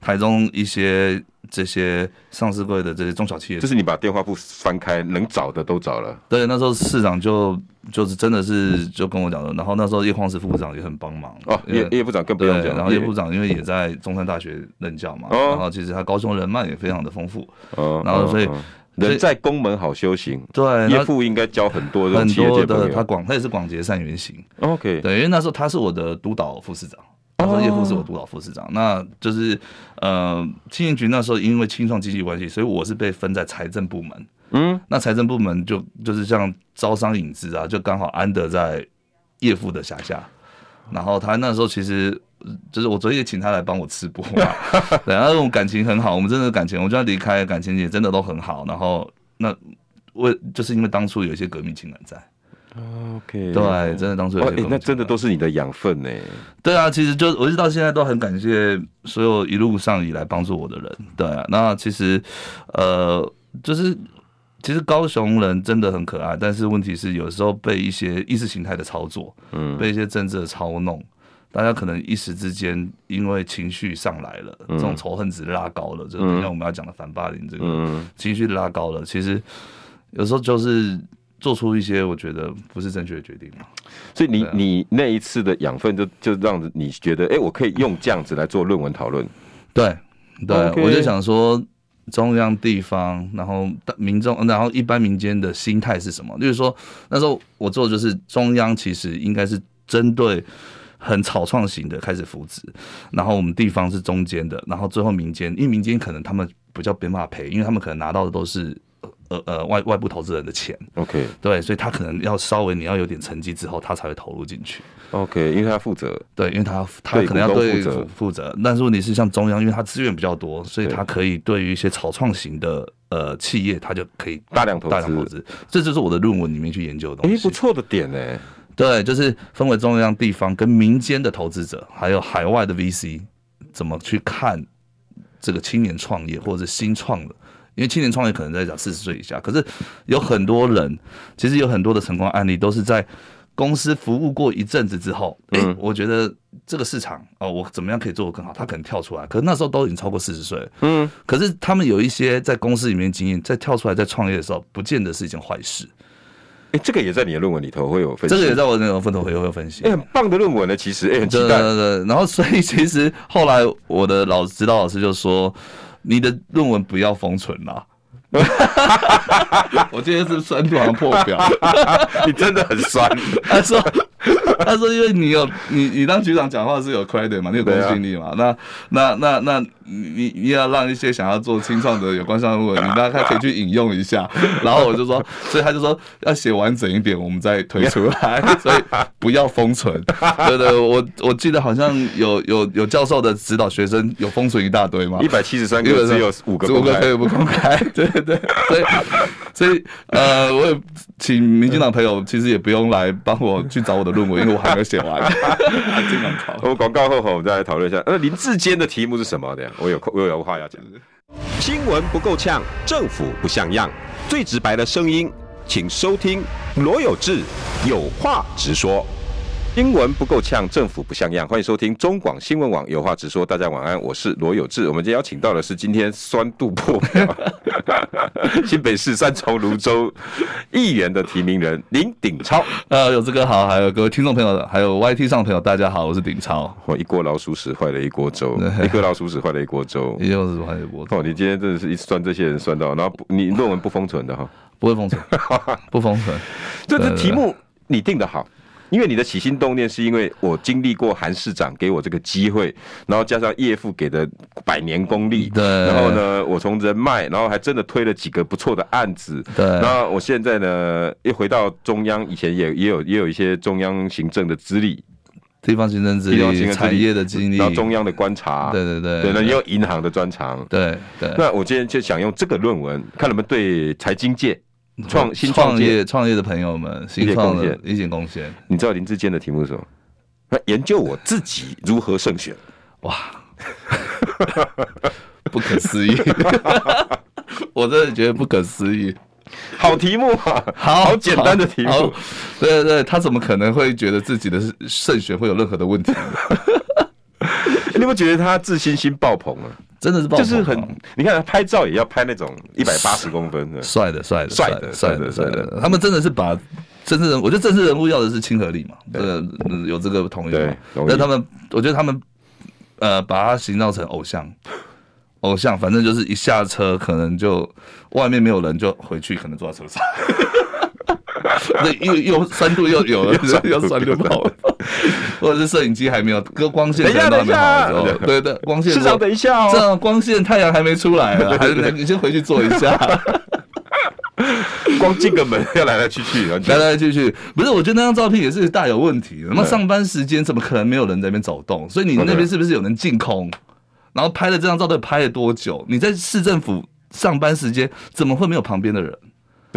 Speaker 3: 台中一些这些上市柜的这些中小企业
Speaker 2: 就，是你把电话簿翻开，能找的都找了。
Speaker 3: 对，那时候市长就就是真的是就跟我讲的，然后那时候叶匡时副部长也很帮忙
Speaker 2: 哦，
Speaker 3: 因为
Speaker 2: 叶叶部长更不
Speaker 3: 呃对，
Speaker 2: 用讲，
Speaker 3: 然后叶部
Speaker 2: 长，
Speaker 3: 长因为也在中山大学任教嘛，
Speaker 2: 哦
Speaker 3: 然后其实他高中人脉也非常的丰富，
Speaker 2: 哦
Speaker 3: 然后所以
Speaker 2: 哦哦
Speaker 3: 所以
Speaker 2: 人在宫门好修行，
Speaker 3: 对，
Speaker 2: 叶
Speaker 3: 然后
Speaker 2: 父应该交很多这种
Speaker 3: 很
Speaker 2: 企业界
Speaker 3: 多
Speaker 2: 朋
Speaker 3: 的他
Speaker 2: 友。
Speaker 3: 广他也是广结善缘型，
Speaker 2: OK，
Speaker 3: 对，因为那时候他是我的督导副市长，那时候叶副
Speaker 2: 哦
Speaker 3: 是我督导副市长，那就是呃，青年局那时候因为青创经济关系，所以我是被分在财政部门。
Speaker 2: 嗯，
Speaker 3: 那财政部门就就是像招商引资啊，就刚好安德在叶副的辖下，然后他那时候其实。呃就是我昨天也请他来帮我吃播
Speaker 2: [LAUGHS]
Speaker 3: 嘛，对，然后我们感情很好，我们真的感情，我们就要离开，感情也真的都很好。然后那为就是因为当初有一些革命情感在，
Speaker 2: OK，
Speaker 3: 对，真的当初有
Speaker 2: 哇，
Speaker 3: 一些
Speaker 2: 哎、
Speaker 3: 革命
Speaker 2: 那
Speaker 3: 情
Speaker 2: 真
Speaker 3: 感
Speaker 2: 的都是你的养分呢、
Speaker 3: 对啊，其实就我一直到现在都很感谢所有一路上以来帮助我的人。对啊，那其实，呃，就是其实高雄人真的很可爱，但是问题是有时候被一些意识形态的操作，嗯，被一些政治的操弄，大家可能一时之间因为情绪上来了，这种仇恨值拉高了，就是等一下我们要讲的反霸凌这个、
Speaker 2: 嗯，
Speaker 3: 情绪拉高了，其实有时候就是做出一些我觉得不是正确的决定嘛。
Speaker 2: 所以你、
Speaker 3: 对啊
Speaker 2: 你那一次的养分就就让你觉得，哎、我可以用这样子来做论文讨论。
Speaker 3: 对对
Speaker 2: OK
Speaker 3: 我就想说，中央地方，然后大民众，然后一般民间的心态是什么？就是说，那时候我做的就是中央其实应该是针对很草创型的开始扶植，然后我们地方是中间的，然后最后民间，因为民间可能他们比较没办法赔，因为他们可能拿到的都是呃呃外外部投资人的钱，
Speaker 2: OK
Speaker 3: 对，所以他可能要稍微你要有点成绩之后，他才会投入进去。
Speaker 2: OK，因为他负责
Speaker 3: 对，因为他他
Speaker 2: 对
Speaker 3: 可能要
Speaker 2: 股东
Speaker 3: 对
Speaker 2: 负责
Speaker 3: 负负责，但是问题是像中央，因为它资源比较多，所以
Speaker 2: 对
Speaker 3: 它可以对于一些草创型的呃企业，它就可以
Speaker 2: 大量投
Speaker 3: 大量投
Speaker 2: 资，
Speaker 3: 资。这就是我的论文里面去研究的
Speaker 2: 哎、
Speaker 3: 东西。
Speaker 2: 不错的点呢、
Speaker 3: 对，就是分为中央、地方跟民间的投资者，还有海外的 VC 怎么去看这个青年创业或者是新创的。因为青年创业可能在讲四十岁以下，可是有很多人，其实有很多的成功案例都是在公司服务过一阵子之后，哎、
Speaker 2: 嗯
Speaker 3: 我觉得这个市场哦，我怎么样可以做得更好？他可能跳出来，可是那时候都已经超过四十岁了，
Speaker 2: 嗯，
Speaker 3: 可是他们有一些在公司里面的经验，在跳出来在创业的时候，不见得是一件坏事。
Speaker 2: 哎、这个也在你的论文里头会有分析，
Speaker 3: 这个也在我那个分头回会有分析。
Speaker 2: 哎、很棒的论文呢，其实哎、很期
Speaker 3: 对
Speaker 2: 待，
Speaker 3: 对对，然后所以其实后来我的老指导老师就说，你的论文不要封存啦。 [LAUGHS] 我今天是酸度好像破表，啊
Speaker 2: 你真的很
Speaker 3: [LAUGHS]
Speaker 2: 酸，
Speaker 3: 他说他说因为你有你你当局长讲话是有 credit 嘛，你有公
Speaker 2: 对啊
Speaker 3: 信力嘛，那那那那你你你要让一些想要做清创的有关上论文，你大概可以去引用一下。 [LAUGHS] 然后我就说，所以他就说要写完整一点，我们再推出来，
Speaker 2: [LAUGHS]
Speaker 3: 所以不要封存。对对，我我记得好像有有有教授的指导学生有封存一大堆嘛，
Speaker 2: 一百七十三个只有五个
Speaker 3: 五
Speaker 2: 公
Speaker 3: 个
Speaker 2: 开
Speaker 3: 可以不公开， [LAUGHS] 对对对，所以所以呃，我也请民进党朋友其实也不用来帮我去找我的论文，因为我还没有写
Speaker 2: [LAUGHS]
Speaker 3: 完，安静港
Speaker 1: [LAUGHS]
Speaker 3: 考。
Speaker 2: 我们广告后吼，我们再来讨论一下。呃，林志坚的题目是什么？的？我有我有话要讲。
Speaker 1: 新闻不够呛，政府不像样，最直白的声音，请收听罗有志有话直说。
Speaker 2: 英文不够呛，政府不像样。欢迎收听中广新闻网，有话直说。大家晚安，我是罗有志。我们今天邀请到的是今天酸度破
Speaker 1: [LAUGHS]
Speaker 2: 表，新北市三重泸州议员的提名人林鼎超。
Speaker 3: 呃，有志哥好，还有各位听众朋友，还有 YT 上的朋友，大家好，我是鼎超，
Speaker 2: 哦，一锅老鼠屎坏了一
Speaker 1: [LAUGHS]
Speaker 2: 锅粥，一锅老鼠屎坏了一锅粥。
Speaker 3: 也有是黄伟博，
Speaker 2: 哦，你今天真的是一直酸这些人酸到，然后不你论文不封存的哈、
Speaker 3: 不会
Speaker 2: [LAUGHS]
Speaker 3: 封存，不封存，
Speaker 2: 这
Speaker 3: [LAUGHS] 对啊
Speaker 2: 这
Speaker 3: 对
Speaker 2: 题目你定的好，因为你的起心动念是因为我经历过韩市长给我这个机会，然后加上叶父给的百年功力，
Speaker 3: 对
Speaker 2: 然后呢，我从人脉，然后还真的推了几个不错的案子，
Speaker 3: 对
Speaker 2: 那我现在呢，又回到中央，以前也也有也有一些中央行政的资历，
Speaker 3: 地方行政之
Speaker 2: 地方行
Speaker 3: 力、
Speaker 2: 政资
Speaker 3: 产业的经历，
Speaker 2: 然后中央的观察，
Speaker 3: 对对对
Speaker 2: 对，那也有银行的专长。
Speaker 3: 对对，
Speaker 2: [LAUGHS] 那我今天就想用这个论文，看能不能对财经界、创新创
Speaker 3: 嗯创
Speaker 2: 界
Speaker 3: 业创业的朋友们，新创的一点贡献，
Speaker 2: 你知道林志坚的题目是什么？那研究我自己如何胜选。
Speaker 3: 哇，不可思议！ [LAUGHS] 我真的觉得不可思议，
Speaker 2: 好题目
Speaker 3: [LAUGHS]
Speaker 2: 啊，
Speaker 3: 好
Speaker 2: 好简单的题
Speaker 3: 好
Speaker 2: 目。
Speaker 3: 对对对，他怎么可能会觉得自己的胜选会有任何的问题？ [LAUGHS]
Speaker 2: 你有没有觉得他自信心爆棚啊？
Speaker 3: 真的是爆
Speaker 2: 就
Speaker 3: 棚啊
Speaker 2: 是很，你看他拍照也要拍那种一百八十公分的。
Speaker 3: 帅的，帅的，
Speaker 2: 帅的
Speaker 3: 的，
Speaker 2: 帅
Speaker 3: 帅
Speaker 2: 的嗯
Speaker 3: 帅
Speaker 2: 帅的
Speaker 3: 的。他们真的是把政治人，我觉得政治人物要的是亲和力嘛，这个嗯有这个同意吗
Speaker 2: 对同意
Speaker 3: 但他们，我觉得他们呃，把他形造成偶像。偶像，反正就是一下车，可能就外面没有人，就回去可能坐在车
Speaker 2: [LAUGHS]
Speaker 3: 上。那又又酸度又
Speaker 2: [LAUGHS]
Speaker 3: 有了，又酸度到了，或者是摄影机还没有，跟光线
Speaker 2: 等一下
Speaker 3: 还没有好的时
Speaker 2: 等一下
Speaker 3: 候，对对，光线
Speaker 2: 市长，等一下
Speaker 3: 这
Speaker 2: 哦。
Speaker 3: 样光线太阳还没出来啊，还是你先回去坐一下。
Speaker 2: 光进个门要来来去去，完
Speaker 3: [LAUGHS] 来
Speaker 2: 全
Speaker 3: 来去去，不是，我觉得那张照片也是大有问题的。那么上班时间怎么可能没有人在那边走动？所以你那边是不是有人净空？然后拍了这张照片拍了多久？你在市政府上班时间怎么会没有旁边的人？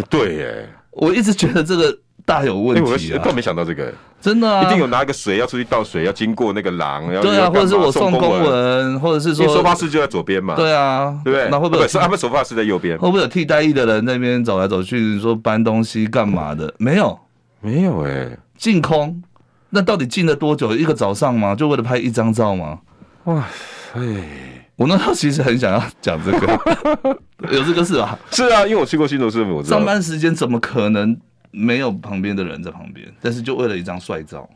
Speaker 2: 对耶。
Speaker 3: 我一直觉得这个大有问
Speaker 2: 哎，我
Speaker 3: 题
Speaker 2: 倒
Speaker 3: 啊，
Speaker 2: 没想到这个，
Speaker 3: 真的啊，
Speaker 2: 一定有拿个水要出去倒水，要经过那个廊，要
Speaker 3: 对
Speaker 2: 要干
Speaker 3: 啊，或
Speaker 2: 嘛
Speaker 3: 者是我送公
Speaker 2: 公，
Speaker 3: 文，或者是
Speaker 2: 因为
Speaker 3: 说
Speaker 2: 收发室就在左边嘛，
Speaker 3: 对啊，
Speaker 2: 对不对？
Speaker 3: 那会不会有
Speaker 2: 是他们收发室在右边？
Speaker 3: 会不会有替代役的人在那边走来走去，说搬东西干嘛的？没有，
Speaker 2: 没有哎，
Speaker 3: 净空。那到底进了多久？一个早上吗？就为了拍一张照吗？
Speaker 2: 哇哎塞！
Speaker 3: 我那时候其实很想要讲这个， [LAUGHS] 有这个事吧？
Speaker 2: 是啊，因为我去过新竹市政府，我知道
Speaker 3: 上班时间怎么可能没有旁边的人在旁边？但是就为了一张帅照，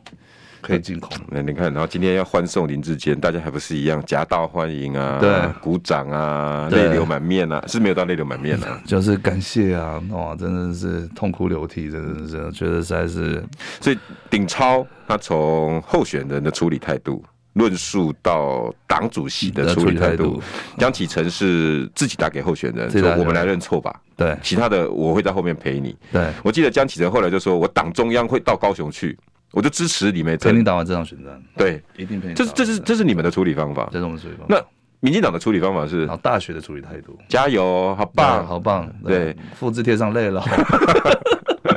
Speaker 3: 可以进口。
Speaker 2: 那你看，然后今天要欢送林志坚，大家还不是一样夹道欢迎啊，
Speaker 3: 对
Speaker 2: 鼓掌啊，
Speaker 3: 对
Speaker 2: 泪流满面啊，是没有到泪流满面 [LAUGHS] 啊。
Speaker 3: 呃就是感谢啊，哇，真的是痛哭流涕，真的是，我觉得实在是
Speaker 2: 所以顶超他从候选人的处理态度。论述到党主席的处理态
Speaker 3: 的处理
Speaker 2: 度
Speaker 3: 态度，
Speaker 2: 江启臣是自己打给候选人，
Speaker 3: 自己
Speaker 2: 说
Speaker 3: 打给
Speaker 2: 我们来认错吧，
Speaker 3: 对
Speaker 2: 其他的我会在后面陪你。
Speaker 3: 对。
Speaker 2: 我记得江启臣后来就说，我党中央会到高雄去，我就支持李梅
Speaker 3: 陪你
Speaker 2: 珍。
Speaker 3: 打完这场选战，
Speaker 2: 对，
Speaker 3: 一定陪你打
Speaker 2: 这是
Speaker 3: 完场
Speaker 2: 这是这是你们的处理方法
Speaker 3: 这。是我们处理方法。
Speaker 2: 那民进党的处理方法是
Speaker 3: 好，大学的处理态度，
Speaker 2: 加油哦，好棒，
Speaker 3: 好棒，
Speaker 2: 对，
Speaker 3: 复制贴上累了，
Speaker 2: [LAUGHS]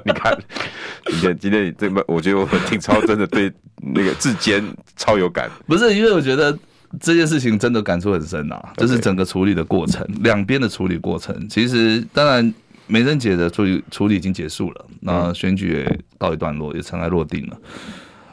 Speaker 2: 你看，今天今天你这么，我觉得我挺超真的对那个志坚超有感。
Speaker 3: 不是因为我觉得这件事情真的感触很深啊，就是整个处理的过程，两边的处理过程，其实当然。梅珍姐的处理处理已经结束了，那
Speaker 2: 嗯
Speaker 3: 选举也告一段落，也尘埃落定了。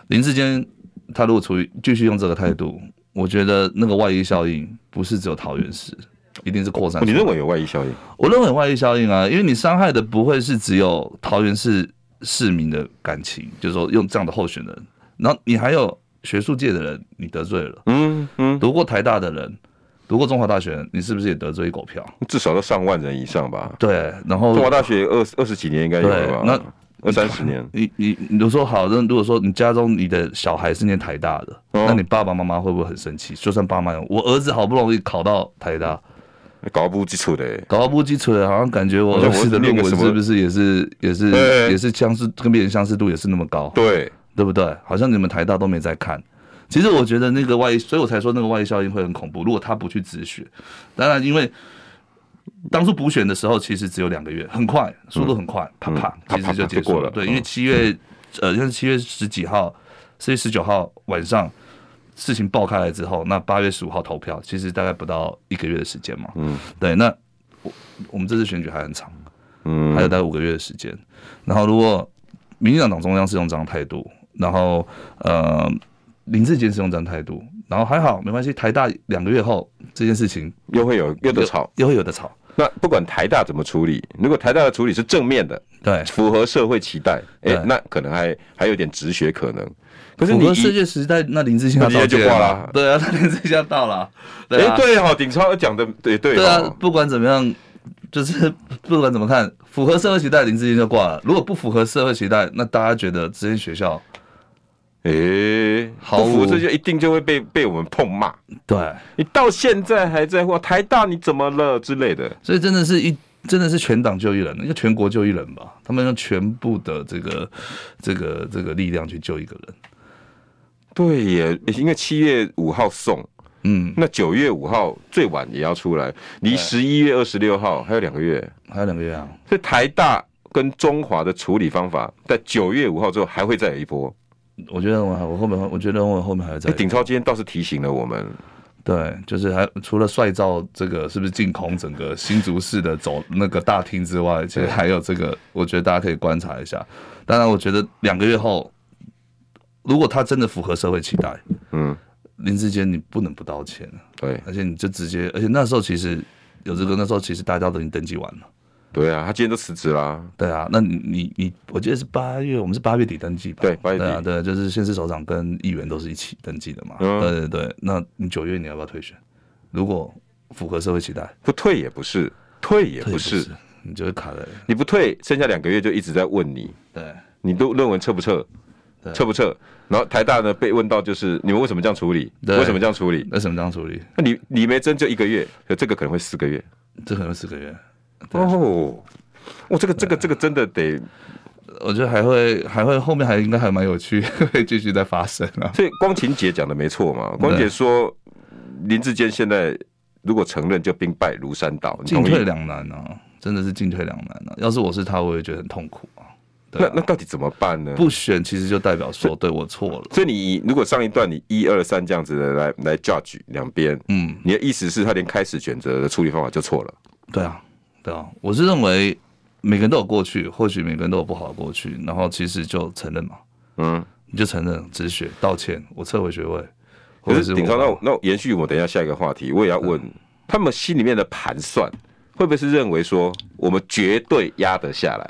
Speaker 3: 林志坚他如果处于继续用这个态度，我觉得那个外溢效应不是只有桃园市，一定是扩散
Speaker 2: 哦
Speaker 3: 出
Speaker 2: 你
Speaker 3: 去。
Speaker 2: 认为有外溢效应？
Speaker 3: 我认为有外溢效应啊，因为你伤害的不会是只有桃园市市民的感情，就是说用这样的候选人，然后你还有学术界的人，你得罪了，
Speaker 2: 嗯嗯，
Speaker 3: 读过台大的人，读过中华大学的人，你是不是也得罪一狗票？
Speaker 2: 至少都上万人以上吧。
Speaker 3: 对，然后
Speaker 2: 中华大学二十二十几年应该有了吧？
Speaker 3: 对
Speaker 2: 哦那二三十年，
Speaker 3: 你你你就说好，那如果说你家中你的小孩是念台大的，
Speaker 2: 哦
Speaker 3: 那你爸爸妈妈会不会很生气？就算爸妈有，我儿子好不容易考到台大，
Speaker 2: 搞不基础的。欸
Speaker 3: 搞到不基础的，好像感觉我儿子的论文是不是也是也是
Speaker 2: 哎
Speaker 3: 也是相似跟别人相似度也是那么高？
Speaker 2: 对，
Speaker 3: 对不对？好像你们台大都没在看。其实我觉得那个外溢，所以我才说那个外溢效应会很恐怖。如果他不去止血，当然因为当初补选的时候，其实只有两个月，很快，速度很快，啪啪，
Speaker 2: 啪啪
Speaker 3: 其实就
Speaker 2: 啪
Speaker 3: 结
Speaker 2: 就
Speaker 3: 束
Speaker 2: 过了
Speaker 3: 对，
Speaker 2: 嗯
Speaker 3: 因为七月呃，像是七月十几号，四月十九号晚上事情爆开来之后，那八月十五号投票，其实大概不到一个月的时间嘛。
Speaker 2: 嗯，
Speaker 3: 对，那我我们这次选举还很长。
Speaker 2: 嗯
Speaker 3: 还有大概五个月的时间。然后如果民进党党中央是用这样态度，然后呃林志坚是用这样态度，然后还好没关系，台大两个月后这件事情
Speaker 2: 又会有又
Speaker 3: 有
Speaker 2: 得吵。，
Speaker 3: 又会有的吵。
Speaker 2: 那不管台大怎么处理，如果台大的处理是正面的，
Speaker 3: 对，
Speaker 2: 符合社会期待，哎、
Speaker 3: 对
Speaker 2: 那可能还还有点止血可能。可是
Speaker 3: 我
Speaker 2: 你
Speaker 3: 们世
Speaker 2: 一
Speaker 3: 界时代，那林志坚要
Speaker 2: 林志
Speaker 3: 道
Speaker 2: 坚
Speaker 3: 歉
Speaker 2: 就挂了
Speaker 3: 对啊，那林志坚要到了，对
Speaker 2: 哎、
Speaker 3: 啊，
Speaker 2: 对哈、哦，顶超讲的对对
Speaker 3: 对啊
Speaker 2: 哦，
Speaker 3: 不管怎么样，就是 [LAUGHS] 不管怎么看，符合社会期待，林志坚就挂了。如果不符合社会期待，那大家觉得这些学校
Speaker 2: 诶，
Speaker 3: 毫
Speaker 2: 不
Speaker 3: 无
Speaker 2: 服这就一定就会被被我们痛骂。
Speaker 3: 对
Speaker 2: 你到现在还在哇，台大你怎么了之类的？
Speaker 3: 所以真的是一真的是全党救一人，应该全国救一人吧？他们用全部的这个这个这个力量去救一个人。
Speaker 2: 对耶，因为七月五号送，
Speaker 3: 嗯，
Speaker 2: 那九月五号最晚也要出来，离十一月二十六号还有两个月。
Speaker 3: 还有两个月啊，
Speaker 2: 所以台大跟中华的处理方法，在九月五号之后还会再有一波。
Speaker 3: 我觉得我还我后面我觉得我后面还有在
Speaker 2: 哎，顶超今天倒是提醒了我们，
Speaker 3: 对，就是还除了帅照这个是不是净空整个新竹市的走那个大厅之外，其实还有这个，我觉得大家可以观察一下。当然，我觉得两个月后，如果他真的符合社会期待，
Speaker 2: 嗯，
Speaker 3: 林志坚你不能不道歉，
Speaker 2: 对
Speaker 3: 而且你就直接，而且那时候其实有这个，那时候其实大家都已经登记完了。
Speaker 2: 对啊，他今天都辞职啦。
Speaker 3: 对啊，那你你你，我记得是八月，我们是八月底登记吧？
Speaker 2: 对八月底
Speaker 3: 对啊，对啊就是县市首长跟议员都是一起登记的嘛。
Speaker 2: 嗯
Speaker 3: 对对对，啊那你九月你要不要退选？如果符合社会期待，
Speaker 2: 不退也不是，退也
Speaker 3: 退
Speaker 2: 不是，
Speaker 3: 你就会卡在
Speaker 2: 你不退，剩下两个月就一直在问你，
Speaker 3: 对
Speaker 2: 你都论文撤不撤
Speaker 3: 对？
Speaker 2: 撤不撤？然后台大呢被问到就是你们为什么这样处理？
Speaker 3: 对
Speaker 2: 为什么这样处理？
Speaker 3: 那什么这样处理？
Speaker 2: 那李李梅珍就一个月，可这个可能会四个月。
Speaker 3: 这可能四个月，对
Speaker 2: 哦，哇，这个这个这个真的得，
Speaker 3: 我觉得还会还会后面还应该还蛮有趣，会继续再发生啊。
Speaker 2: 所以光晴姐讲的没错嘛。光姐说林志坚现在如果承认就兵败如山倒，你
Speaker 3: 进
Speaker 2: 同
Speaker 3: 退
Speaker 2: 意？
Speaker 3: 两难啊，真的是进退两难啊。要是我是他，我也觉得很痛苦啊。对
Speaker 2: 那
Speaker 3: 啊
Speaker 2: 那到底怎么办呢？
Speaker 3: 不选其实就代表说对我错了。
Speaker 2: 所以你如果上一段你一二三这样子的来来 judge 两边，
Speaker 3: 嗯，
Speaker 2: 你的意思是他连开始选择的处理方法就错了？
Speaker 3: 对啊，对啊，我是认为每个人都有过去，或许每个人都有不好的过去，然后其实就承认嘛，
Speaker 2: 嗯，
Speaker 3: 你就承认止血、道歉，我撤回学位，
Speaker 2: 可
Speaker 3: 或者
Speaker 2: 是
Speaker 3: 是嗯
Speaker 2: 顶超，那我
Speaker 3: 我
Speaker 2: 那我延续我等一下下一个话题，我也要问、他们心里面的盘算，会不会是认为说我们绝对压得下来？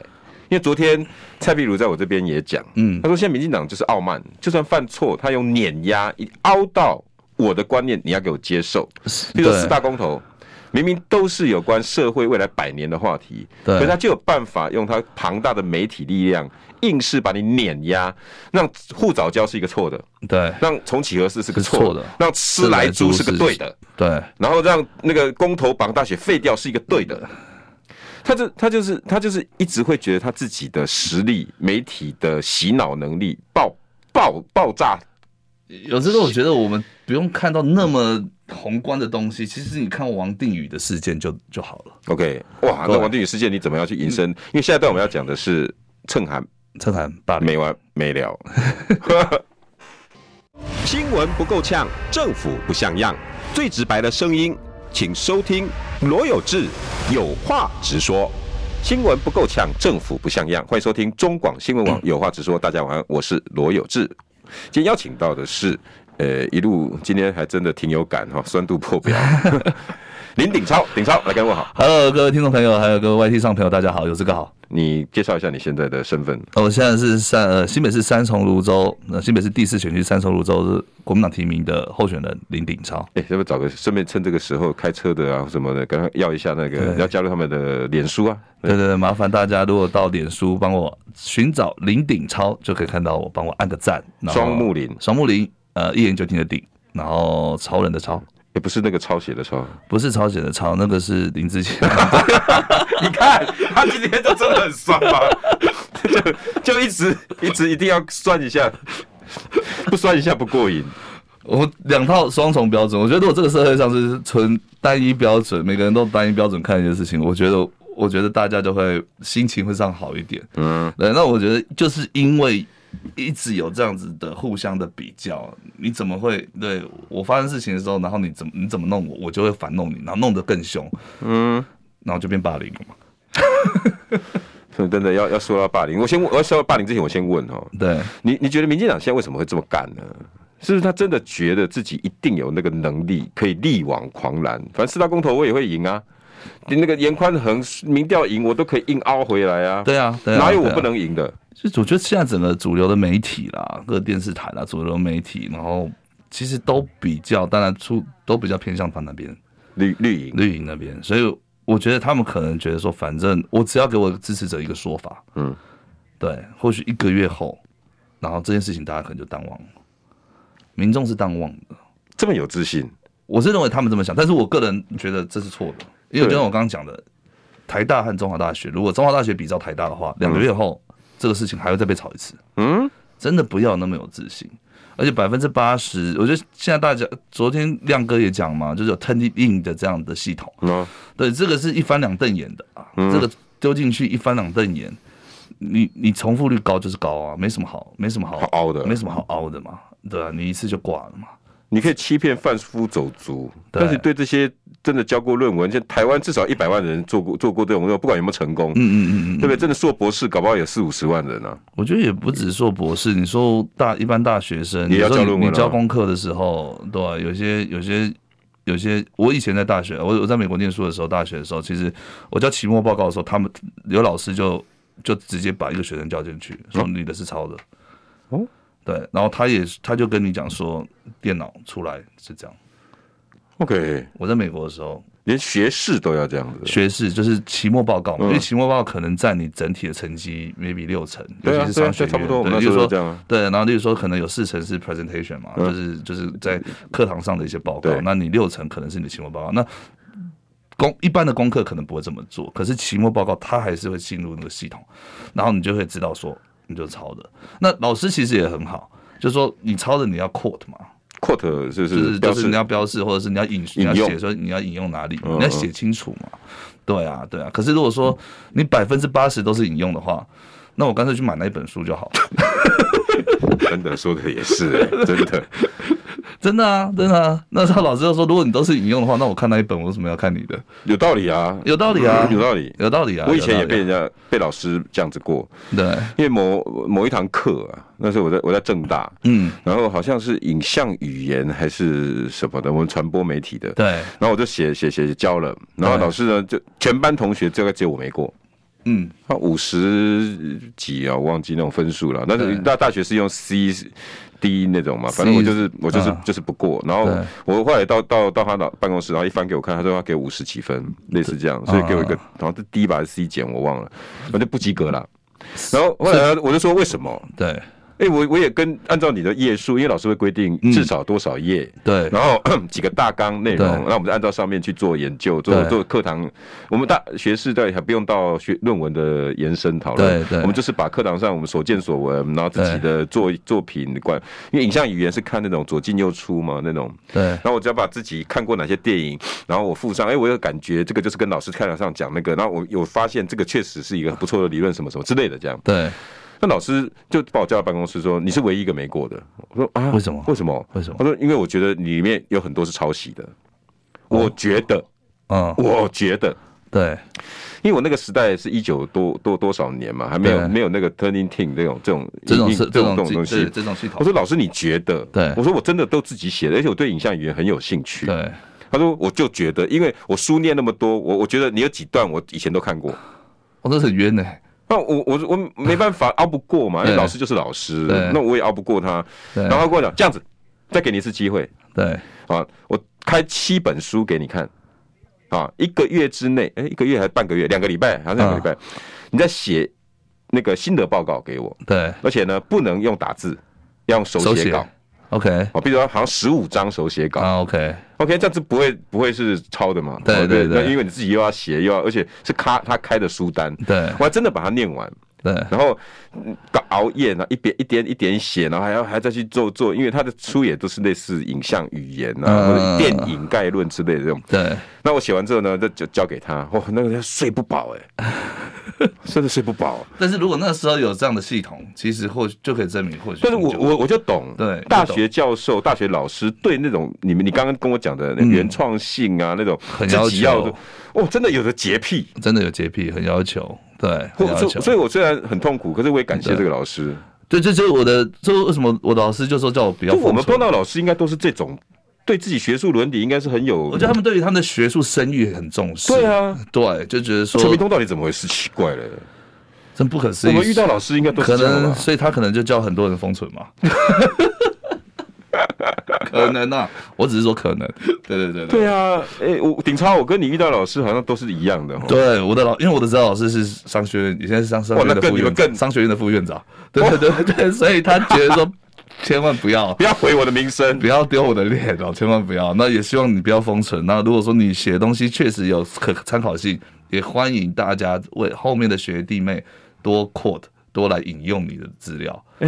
Speaker 2: 因为昨天蔡壁如在我这边也讲，
Speaker 3: 嗯
Speaker 2: 他说现在民进党就是傲慢，就算犯错，他用碾压一凹到我的观念，你要给我接受。比如说
Speaker 3: 对
Speaker 2: 四大公投，明明都是有关社会未来百年的话题，
Speaker 3: 对
Speaker 2: 可是他就有办法用他庞大的媒体力量，硬是把你碾压，让护早教是一个错的，
Speaker 3: 对
Speaker 2: 让重启合适是个
Speaker 3: 是
Speaker 2: 错
Speaker 3: 错
Speaker 2: 的
Speaker 3: 的，
Speaker 2: 让吃来猪是个对的，
Speaker 3: 对，
Speaker 2: 然后让那个公投绑大选废掉是一个对的。他就他就是他就是一直会觉得他自己的实力、媒体的洗脑能力爆爆爆炸，
Speaker 3: 有时候我觉得我们不用看到那么宏观的东西，其实你看王定宇的事件就就好了。
Speaker 2: OK，哇，那
Speaker 3: 对
Speaker 2: 王定宇事件你怎么样去引申？因为下一段我们要讲的是趁寒
Speaker 3: 陈涵霸
Speaker 2: 啊
Speaker 3: 凌，
Speaker 2: 没完没 [LAUGHS] 了。
Speaker 1: 新闻不够呛，政府不像样，最直白的声音，请收听罗有志有话直说。
Speaker 2: 新闻不够呛，政府不像样。欢迎收听中广新 [CLEARS THROAT] 闻网，有话直说。大家晚安，我是罗有志。今天邀请到的是，呃，一路今天还真的挺有感哈、酸度破 [LAUGHS] 表。林鼎超，鼎超来跟我好，
Speaker 3: Hello，各位听众朋友，还有各位 YT 上朋友，大家好，有这个好。
Speaker 2: 你介绍一下你现在的身份。
Speaker 3: 呃我现在是三呃新北市三重泸州，呃新北市第四选区三重泸州是国民党提名的候选人林鼎超。
Speaker 2: 哎、要不要找个顺便趁这个时候开车的啊什么的，跟他要一下那个
Speaker 3: 对
Speaker 2: 要加入他们的脸书啊。
Speaker 3: 对对对，麻烦大家如果到脸书帮我寻找林鼎超，就可以看到我，帮我按个赞。然后
Speaker 2: 双木林
Speaker 3: 双木林，呃，一言九鼎的鼎，然后超人的超，
Speaker 2: 也、不是那个抄写的抄。
Speaker 3: 不是超写的超，那个是林志杰。
Speaker 2: [LAUGHS] 你看他今天就真的很酸嘛， [LAUGHS] 就就一直一直一定要算一下，不算一下不过瘾。
Speaker 3: 我两套双重标准，我觉得如果这个社会上是纯单一标准，每个人都单一标准看一些事情，我觉得我觉得大家就会心情会上好一点。
Speaker 2: 嗯，
Speaker 3: 对，那我觉得就是因为一直有这样子的互相的比较，你怎么会对我发生事情的时候，然后你怎么你怎么弄我，我就会反弄你，然后弄得更凶，
Speaker 2: 嗯，
Speaker 3: 然后就变霸凌了嘛。
Speaker 2: 所以真的要要说到霸凌，我先问，我要说到霸凌之前，我先问哦，
Speaker 3: 对，
Speaker 2: 你你觉得民进党现在为什么会这么干呢？是不是他真的觉得自己一定有那个能力可以力挽狂澜？反正四大公投我也会赢啊，你那个严宽恒民调赢我都可以硬凹回来啊。
Speaker 3: 对啊，对啊，
Speaker 2: 哪有我
Speaker 3: 对啊
Speaker 2: 不？能赢的？
Speaker 3: 就是我觉得现在整个主流的媒体啦，各电视台啦，主流媒体，然后其实都比较，当然出都比较偏向他那边
Speaker 2: 绿绿赢，
Speaker 3: 绿营那边，所以我觉得他们可能觉得说，反正我只要给我支持者一个说法，
Speaker 2: 嗯，
Speaker 3: 对，或许一个月后，然后这件事情大家可能就淡忘了，民众是淡忘的，
Speaker 2: 这么有自信，
Speaker 3: 我是认为他们这么想，但是我个人觉得这是错的，因为就
Speaker 2: 对
Speaker 3: 像我刚刚讲的，台大和中华大学，如果中华大学比照台大的话，两个月后、这个事情还会再被炒一次。
Speaker 2: 嗯，
Speaker 3: 真的不要那么有自信。而且百分之八十，我觉得现在大家昨天亮哥也讲嘛，就是有 Turnitin 的这样的系统，
Speaker 2: 哦，
Speaker 3: 对，这个是一翻两瞪眼的啊，
Speaker 2: 嗯
Speaker 3: 这个丢进去一翻两瞪眼，你你重复率高就是高啊，没什么好，没什么好
Speaker 2: 好凹的
Speaker 3: 没什么好凹的嘛，对啊，你一次就挂了嘛，
Speaker 2: 你可以欺骗贩夫走卒，
Speaker 3: 对
Speaker 2: 但是对这些真的教过论文，像台湾至少一百万人做过做过这种，不管有没有成功，
Speaker 3: 嗯嗯嗯嗯，
Speaker 2: 对不对？真的硕博士，搞不好有四五十万人啊。
Speaker 3: 我觉得也不只说博士，你说大一般大学生，
Speaker 2: 也要
Speaker 3: 你
Speaker 2: 交
Speaker 3: 说你
Speaker 2: 论文啊
Speaker 3: 你教功课的时候，对吧、有些有些有些，我以前在大学，我我在美国念书的时候，大学的时候，其实我交期末报告的时候，他们有老师就就直接把一个学生叫进去，说你的是抄的。
Speaker 2: 哦，
Speaker 3: 对，然后他也他就跟你讲说，电脑出来是这样。
Speaker 2: OK，
Speaker 3: 我在美国的时候，
Speaker 2: 连学士都要这样子，
Speaker 3: 学士就是期末报告嘛，
Speaker 2: 嗯
Speaker 3: 因为期末报告可能占你整体的成绩 maybe 六成，
Speaker 2: 对啊
Speaker 3: 尤其是
Speaker 2: 对啊
Speaker 3: 商学
Speaker 2: 对
Speaker 3: 院，
Speaker 2: 差不多我们那
Speaker 3: 对，就
Speaker 2: 时候
Speaker 3: 是说
Speaker 2: 都这样啊
Speaker 3: 对，然后例如说可能有四成是 presentation 嘛，
Speaker 2: 嗯
Speaker 3: 就是就是在课堂上的一些报告
Speaker 2: 对，
Speaker 3: 那你六成可能是你的期末报告，那。功一般的功课可能不会这么做，可是期末报告它还是会进入那个系统，然后你就会知道说你就抄的。那老师其实也很好，就是说你抄的你要 quote 嘛，
Speaker 2: quote 是
Speaker 3: 就是是就
Speaker 2: 标
Speaker 3: 是
Speaker 2: 示
Speaker 3: 你要标示，或者是你要引你要
Speaker 2: 引用
Speaker 3: 写说你要引用哪里，
Speaker 2: 嗯
Speaker 3: 你要写清楚嘛。对啊，对啊。可是如果说你百分之八十都是引用的话，那我干脆去买那一本书就好了。 [LAUGHS]
Speaker 2: 真的说的也是、欸，真的。
Speaker 3: 真的啊，真的啊。那他老师就说，如果你都是引用的话，那我看那一本，我为什么要看你的？
Speaker 2: 有道理啊，
Speaker 3: 有道理啊
Speaker 2: 有道理。
Speaker 3: 有道理啊。
Speaker 2: 我以前也
Speaker 3: 有道啊
Speaker 2: 被
Speaker 3: 理
Speaker 2: 人家被老师这样子过，
Speaker 3: 对，
Speaker 2: 因为某某一堂课啊，那时候我在我在正大，
Speaker 3: 嗯，
Speaker 2: 然后好像是影像语言还是什么的，我们传播媒体的，
Speaker 3: 对，
Speaker 2: 然后我就写写写写交了，然后
Speaker 3: 对
Speaker 2: 老师呢就全班同学这个只有我没过，
Speaker 3: 嗯，
Speaker 2: 他啊五十几啊，我忘记那种分数了。但
Speaker 3: 对
Speaker 2: 是那大学是用 C D 那种嘛，反正我就是我就是、
Speaker 3: 啊
Speaker 2: 就是不过。然后
Speaker 3: 对
Speaker 2: 我后来到到到他的办公室，然后一翻给我看，他说他给五十几分，类似这样，所以给我一
Speaker 3: 嗯
Speaker 2: 个，好像是 D 吧还是 C 减，我忘了，反正不及格啦。
Speaker 3: 嗯
Speaker 2: 然后后来我就说为什么？
Speaker 3: 对
Speaker 2: 哎、我我也跟按照你的页数，因为老师会规定
Speaker 3: 嗯
Speaker 2: 至少多少页，
Speaker 3: 对
Speaker 2: 然后 [CLEARS THROAT] 几个大纲内容
Speaker 3: 对，
Speaker 2: 那我们就按照上面去做研究，做
Speaker 3: 对
Speaker 2: 做课堂。我们大学士对还不用到学论文的延伸讨论，
Speaker 3: 对对
Speaker 2: 我们就是把课堂上我们所见所闻，然后自己的作作品观，因为影像语言是看那种左进右出嘛那种。
Speaker 3: 对
Speaker 2: 然后我只要把自己看过哪些电影，然后我附上，哎，我有感觉这个就是跟老师课堂上讲那个，然后我有发现这个确实是一个不错的理论，什么什么之类的这样。
Speaker 3: 对，
Speaker 2: 那老师就把我叫到办公室说：“你是唯一一个没过的。”我说：“啊，
Speaker 3: 为什么
Speaker 2: 为什么？
Speaker 3: 为什么
Speaker 2: 他说：“因为我觉得你里面有很多是抄袭的。”
Speaker 3: 哦
Speaker 2: 我觉得，
Speaker 3: 嗯，
Speaker 2: 我觉得，
Speaker 3: 对
Speaker 2: 因为我那个时代是一九多多多少年嘛，还没
Speaker 3: 对
Speaker 2: 有没有那个 Turning Team 这种这种
Speaker 3: 这种
Speaker 2: 影
Speaker 3: 是
Speaker 2: 这种这种
Speaker 3: 种系
Speaker 2: 东
Speaker 3: 对
Speaker 2: 西。
Speaker 3: 这种系统
Speaker 2: 我，说：“老师，你觉得？”
Speaker 3: 对
Speaker 2: 我说：“我真的都自己写的，而且我对影像语言很有兴趣。”
Speaker 3: 对
Speaker 2: 他说：“我就觉得，因为我书念那么多，我我觉得你有几段我以前都看过。”
Speaker 3: 我这是很冤呢，
Speaker 2: 那我我我没办法熬不过嘛，因为
Speaker 3: 对
Speaker 2: 老师就是老师
Speaker 3: 对，
Speaker 2: 那我也熬不过他。
Speaker 3: 对
Speaker 2: 然后他跟我讲这样子，再给你一次机会
Speaker 3: 对
Speaker 2: 啊，我开七本书给你看啊，一个月之内，哎、一个月还是半个月，两个礼拜还是两个
Speaker 3: 啊
Speaker 2: 礼拜，你再写那个心得报告给我，
Speaker 3: 对，
Speaker 2: 而且呢不能用打字，要用手
Speaker 3: 手
Speaker 2: 写
Speaker 3: 写
Speaker 2: 稿。
Speaker 3: ，OK
Speaker 2: 啊，比如说好像十五张手写稿、
Speaker 3: 啊 OK，
Speaker 2: o k 这样子不会不会是抄的嘛？
Speaker 3: 对
Speaker 2: 啊
Speaker 3: 对对
Speaker 2: 那因为你自己又要写又要，而且是他他开的书单，
Speaker 3: 对
Speaker 2: 我还真的把它念完。
Speaker 3: 对
Speaker 2: 然后嗯搞熬夜呢，一边一点一点写，然后还要还再去做做，因为他的书也都是类似影像语言啊，
Speaker 3: 嗯
Speaker 2: 或者电影概论之类的这种。
Speaker 3: 对，
Speaker 2: 那我写完之后呢，就就交给他，哇，那个要睡不饱哎、 [LAUGHS] 真的睡不饱。欸
Speaker 3: 但是如果那时候有这样的系统，其实或许就可以证明，或许
Speaker 2: 但是我
Speaker 3: 就
Speaker 2: 我我就懂，
Speaker 3: 对
Speaker 2: 大
Speaker 3: 就懂
Speaker 2: 学教授、大学老师对那种你们你刚刚跟我讲的那原创性啊，那种
Speaker 3: 很
Speaker 2: 自
Speaker 3: 要
Speaker 2: 己嗯要的
Speaker 3: 求，
Speaker 2: 哦，真的有的洁癖。
Speaker 3: 真的有洁癖，很要求，对，很要
Speaker 2: 所
Speaker 3: 求。
Speaker 2: 所以，我虽然很痛苦，可是我也感谢这个老师。
Speaker 3: 对，这就是我的，就为什么我的老师就说叫我不要
Speaker 2: 就
Speaker 3: 放手。
Speaker 2: 我们碰到老师，应该都是这种对自己学术伦理应该是很有。
Speaker 3: 我觉得他们对于他们的学术声誉很重视。
Speaker 2: 对，啊，
Speaker 3: 对，就觉得说
Speaker 2: 陈明通到底怎么回事？奇怪了，
Speaker 3: 真不可思
Speaker 2: 我
Speaker 3: 议。
Speaker 2: 们遇到老师应该都
Speaker 3: 可
Speaker 2: 是这样
Speaker 3: 能，
Speaker 2: 吧？
Speaker 3: 所以他可能就叫很多人封存嘛。
Speaker 2: [LAUGHS]
Speaker 3: 可能啊，我只是说可能。对对对对。
Speaker 2: 对啊，哎，我顶超，我跟你遇到老师好像都是一样的哦。
Speaker 3: 对，我的老，因为我的指导老师是商学院，以前是商商学院
Speaker 2: 那
Speaker 3: 的
Speaker 2: 更
Speaker 3: 副
Speaker 2: 你们
Speaker 3: 院
Speaker 2: 更
Speaker 3: 长，商学院的副院
Speaker 2: [LAUGHS]
Speaker 3: 长。对对对对，所以他觉得说，千万不要
Speaker 2: 不要毁我的名声
Speaker 3: 不。要丢我的脸哦，千万不要。那也希望你不要封存。那如果说你写的东西确实有可参考性，也欢迎大家为后面的学弟妹多 quote 多来引用你的资料，
Speaker 2: 哎，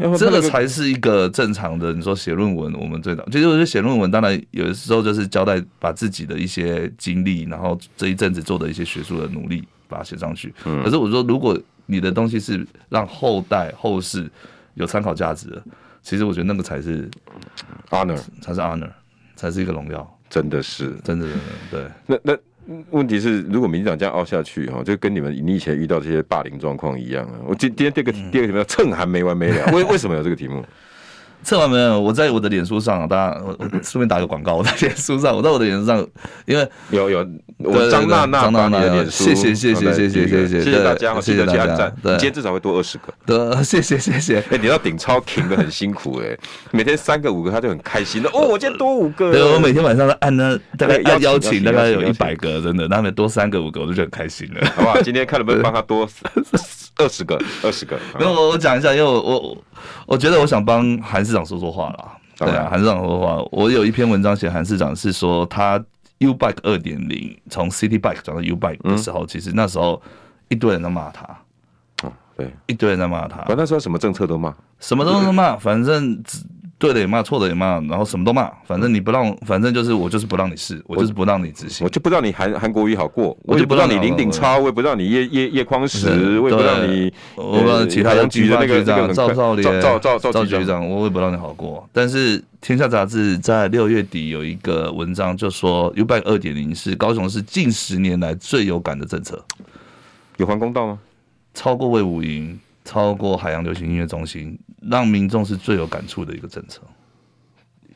Speaker 2: 要不然
Speaker 3: 这
Speaker 2: 那
Speaker 3: 个才是一个正常的。你说写论文，我们最早其实我觉得写论文，当然有的时候就是交代把自己的一些经历，然后这一阵子做的一些学术的努力，把它写上去。
Speaker 2: 嗯
Speaker 3: 可是我说，如果你的东西是让后代后世有参考价值的，其实我觉得那个才是
Speaker 2: honor
Speaker 3: 才是 honor，才是一个荣耀，
Speaker 2: 真的是
Speaker 3: 真的，真的对，
Speaker 2: 那那。问题是，如果民进党这样凹下去，哈，就跟你们你以前遇到这些霸凌状况一样啊。我今今天第二个
Speaker 3: 嗯
Speaker 2: 第二个题目叫“蹭还没完没了”，为为什么有这个题目？
Speaker 3: 测完没有？我在我的脸书上啊，大家我我顺便打个广告，我在脸书上，我在我的脸书上，因为
Speaker 2: 有有，
Speaker 3: 对
Speaker 2: 我
Speaker 3: 对
Speaker 2: 张娜娜
Speaker 3: 张
Speaker 2: 把
Speaker 3: 娜娜
Speaker 2: 你的脸书
Speaker 3: 谢谢谢谢
Speaker 2: 放在
Speaker 3: 谢
Speaker 2: 第
Speaker 3: 谢
Speaker 2: 一个
Speaker 3: 谢谢
Speaker 2: 谢谢大家，记得
Speaker 3: 对
Speaker 2: 去
Speaker 3: 谢谢大
Speaker 2: 按
Speaker 3: 家
Speaker 2: 赞，你
Speaker 3: 对
Speaker 2: 今天至少会多二十个。
Speaker 3: 的呃谢谢谢谢，
Speaker 2: 哎，你要顶超停的很辛苦哎，每天三个五个他就很开心的哦，我今天多五个了。
Speaker 3: 呃对我每天晚上都按呢，大概
Speaker 2: 对邀
Speaker 3: 要
Speaker 2: 请
Speaker 3: 邀
Speaker 2: 邀请
Speaker 3: 请大概有
Speaker 2: 邀
Speaker 3: 一
Speaker 2: 请
Speaker 3: 百个，真的，那们多三个五个，我就觉得很开心了。
Speaker 2: 好不
Speaker 3: [LAUGHS]
Speaker 2: 好？今天看能不能帮他多二十个，二十个。好不
Speaker 3: 没有，
Speaker 2: 好
Speaker 3: 我我讲一下，因为我我我我觉得我想帮韩市长说说话啦。对
Speaker 2: 当然
Speaker 3: 啊，韩市长说说话。我有一篇文章写韩市长是说他 U Bike 二点零从 City Bike 转到 U Bike 的时候，其实那时候一堆人在骂他，
Speaker 2: 对，
Speaker 3: 一堆人在骂他
Speaker 2: 反，正那时候什么政策都骂，
Speaker 3: 什么都能骂，反正只对的也骂，错的也骂，然后什么都骂，反正你不让，反正就是我就是不让你试，我就是不让你执行
Speaker 2: 我。就不让你韩韩国语好过，我
Speaker 3: 我
Speaker 2: 也
Speaker 3: 就
Speaker 2: 不
Speaker 3: 不
Speaker 2: 让
Speaker 3: 让
Speaker 2: 你
Speaker 3: 你
Speaker 2: 林鼎超，我也不让你叶叶叶匡时，
Speaker 3: 是
Speaker 2: 我也不
Speaker 3: 对
Speaker 2: 让你
Speaker 3: 我不知道
Speaker 2: 呃
Speaker 3: 其他
Speaker 2: 海
Speaker 3: 的
Speaker 2: 洋局的那个那个
Speaker 3: 长
Speaker 2: 很
Speaker 3: 赵
Speaker 2: 快
Speaker 3: 少
Speaker 2: 赵
Speaker 3: 莲、
Speaker 2: 赵赵赵
Speaker 3: 赵
Speaker 2: 局
Speaker 3: 局
Speaker 2: 长，
Speaker 3: 长，我也不让你好过。但是《天下》杂志在六月底有一个文章，就说 U Bike 二点零是高雄市近十年来最有感的政策，
Speaker 2: 有还公道吗？
Speaker 3: 超过魏武营，超过海洋流行音乐中心，让民众是最有感触的一个政策。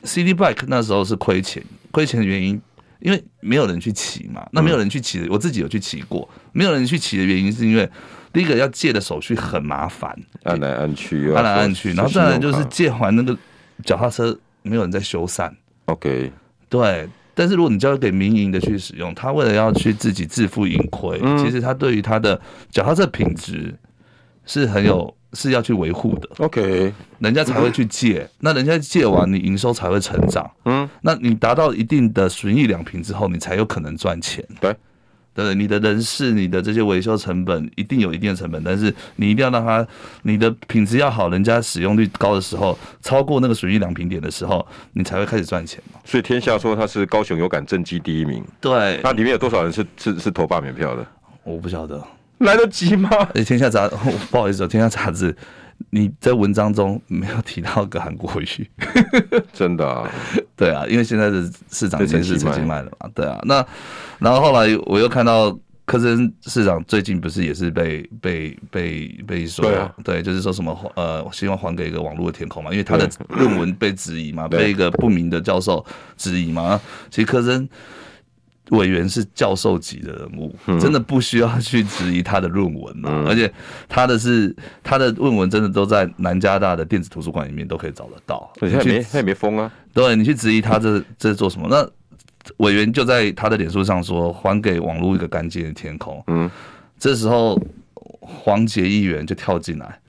Speaker 3: CD Bike 那时候是亏钱，亏钱的原因因为没有人去骑嘛。那没有
Speaker 2: 嗯
Speaker 3: 人去骑，我自己有去骑过。没有人去骑的原因是因为，第一个要借的手续很麻烦，
Speaker 2: 按来按去，
Speaker 3: 按来按去，然后再
Speaker 2: 再
Speaker 3: 来就是借还那个脚踏车，没有人在修缮，
Speaker 2: OK，
Speaker 3: 对。但是如果你交给民营的去使用，他为了要去自己自负盈亏，其实他对于他的脚踏车品质是很有是要去维护的。
Speaker 2: OK，
Speaker 3: 人家才会去借，那人家借完，你营收才会成长。嗯，那你达到一定的损益两平之后，你才有可能赚钱，
Speaker 2: 对，
Speaker 3: 对不对？你的人事、你的这些维修成本一定有一定的成本，但是你一定要让它，你的品质要好，人家使用率高的时候，超过那个损益两平点的时候，你才会开始赚钱嘛。
Speaker 2: 所以天下说他是高雄有感政绩第一名，
Speaker 3: 对
Speaker 2: 那里面有多少人是是是投罢免票的？
Speaker 3: 我不晓得。
Speaker 2: 来得及吗？
Speaker 3: 而且天下杂， [LAUGHS] 不好意思哦，天下杂志，你在文章中没有提到个韩国语。
Speaker 2: 真的 [LAUGHS] 啊、
Speaker 3: 对啊，因为现在的市长已经是
Speaker 2: 对
Speaker 3: 陈
Speaker 2: 陈
Speaker 3: 其
Speaker 2: 其
Speaker 3: 迈了嘛，对啊。那然后后来我又看到柯森市长最近不是也是被被被被说
Speaker 2: 对啊
Speaker 3: 就是说什么呃，希望还给一个网络的天空嘛，因为他的
Speaker 2: 对
Speaker 3: 论文被质疑嘛，
Speaker 2: 对
Speaker 3: 被一个不明的教授质疑嘛。其实柯森委员是教授级的人物，
Speaker 2: 嗯
Speaker 3: 真的不需要去质疑他的论文嘛，而且他的是他的论文真的都在南加大的电子图书馆里面都可以找得到，
Speaker 2: 他也 [LAUGHS]
Speaker 3: 你去
Speaker 2: 没他也没封啊，
Speaker 3: 对你去质疑他这这是做什么？那委员就在他的脸书上说，还给网络一个干净的天空。
Speaker 2: 嗯，
Speaker 3: 这时候黄杰议员就跳进来，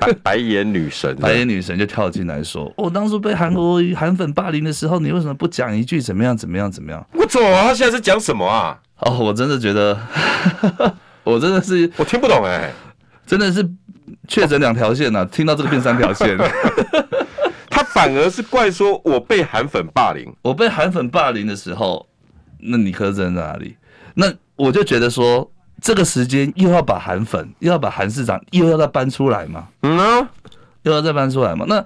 Speaker 2: 白白眼女神，啊
Speaker 3: 白眼女神就跳进来说：“我、当初被韩国韩粉霸凌的时候，你为什么不讲一句怎么样怎么样怎么样
Speaker 2: 我走啊！他现在是讲什么啊？？”
Speaker 3: 哦，我真的觉得， [LAUGHS] 我真的是
Speaker 2: 我听不懂哎、
Speaker 3: 真的是确诊两条线呐、听到这个变三条线。
Speaker 2: 他反而是怪说我被韩粉霸凌，
Speaker 3: 我被韩粉霸凌的时候，那你柯震在哪里？那我就觉得说，这个时间又要把韩粉，又要把韩市长，又要再搬出来嘛，
Speaker 2: 嗯啊，
Speaker 3: 又要再搬出来嘛。那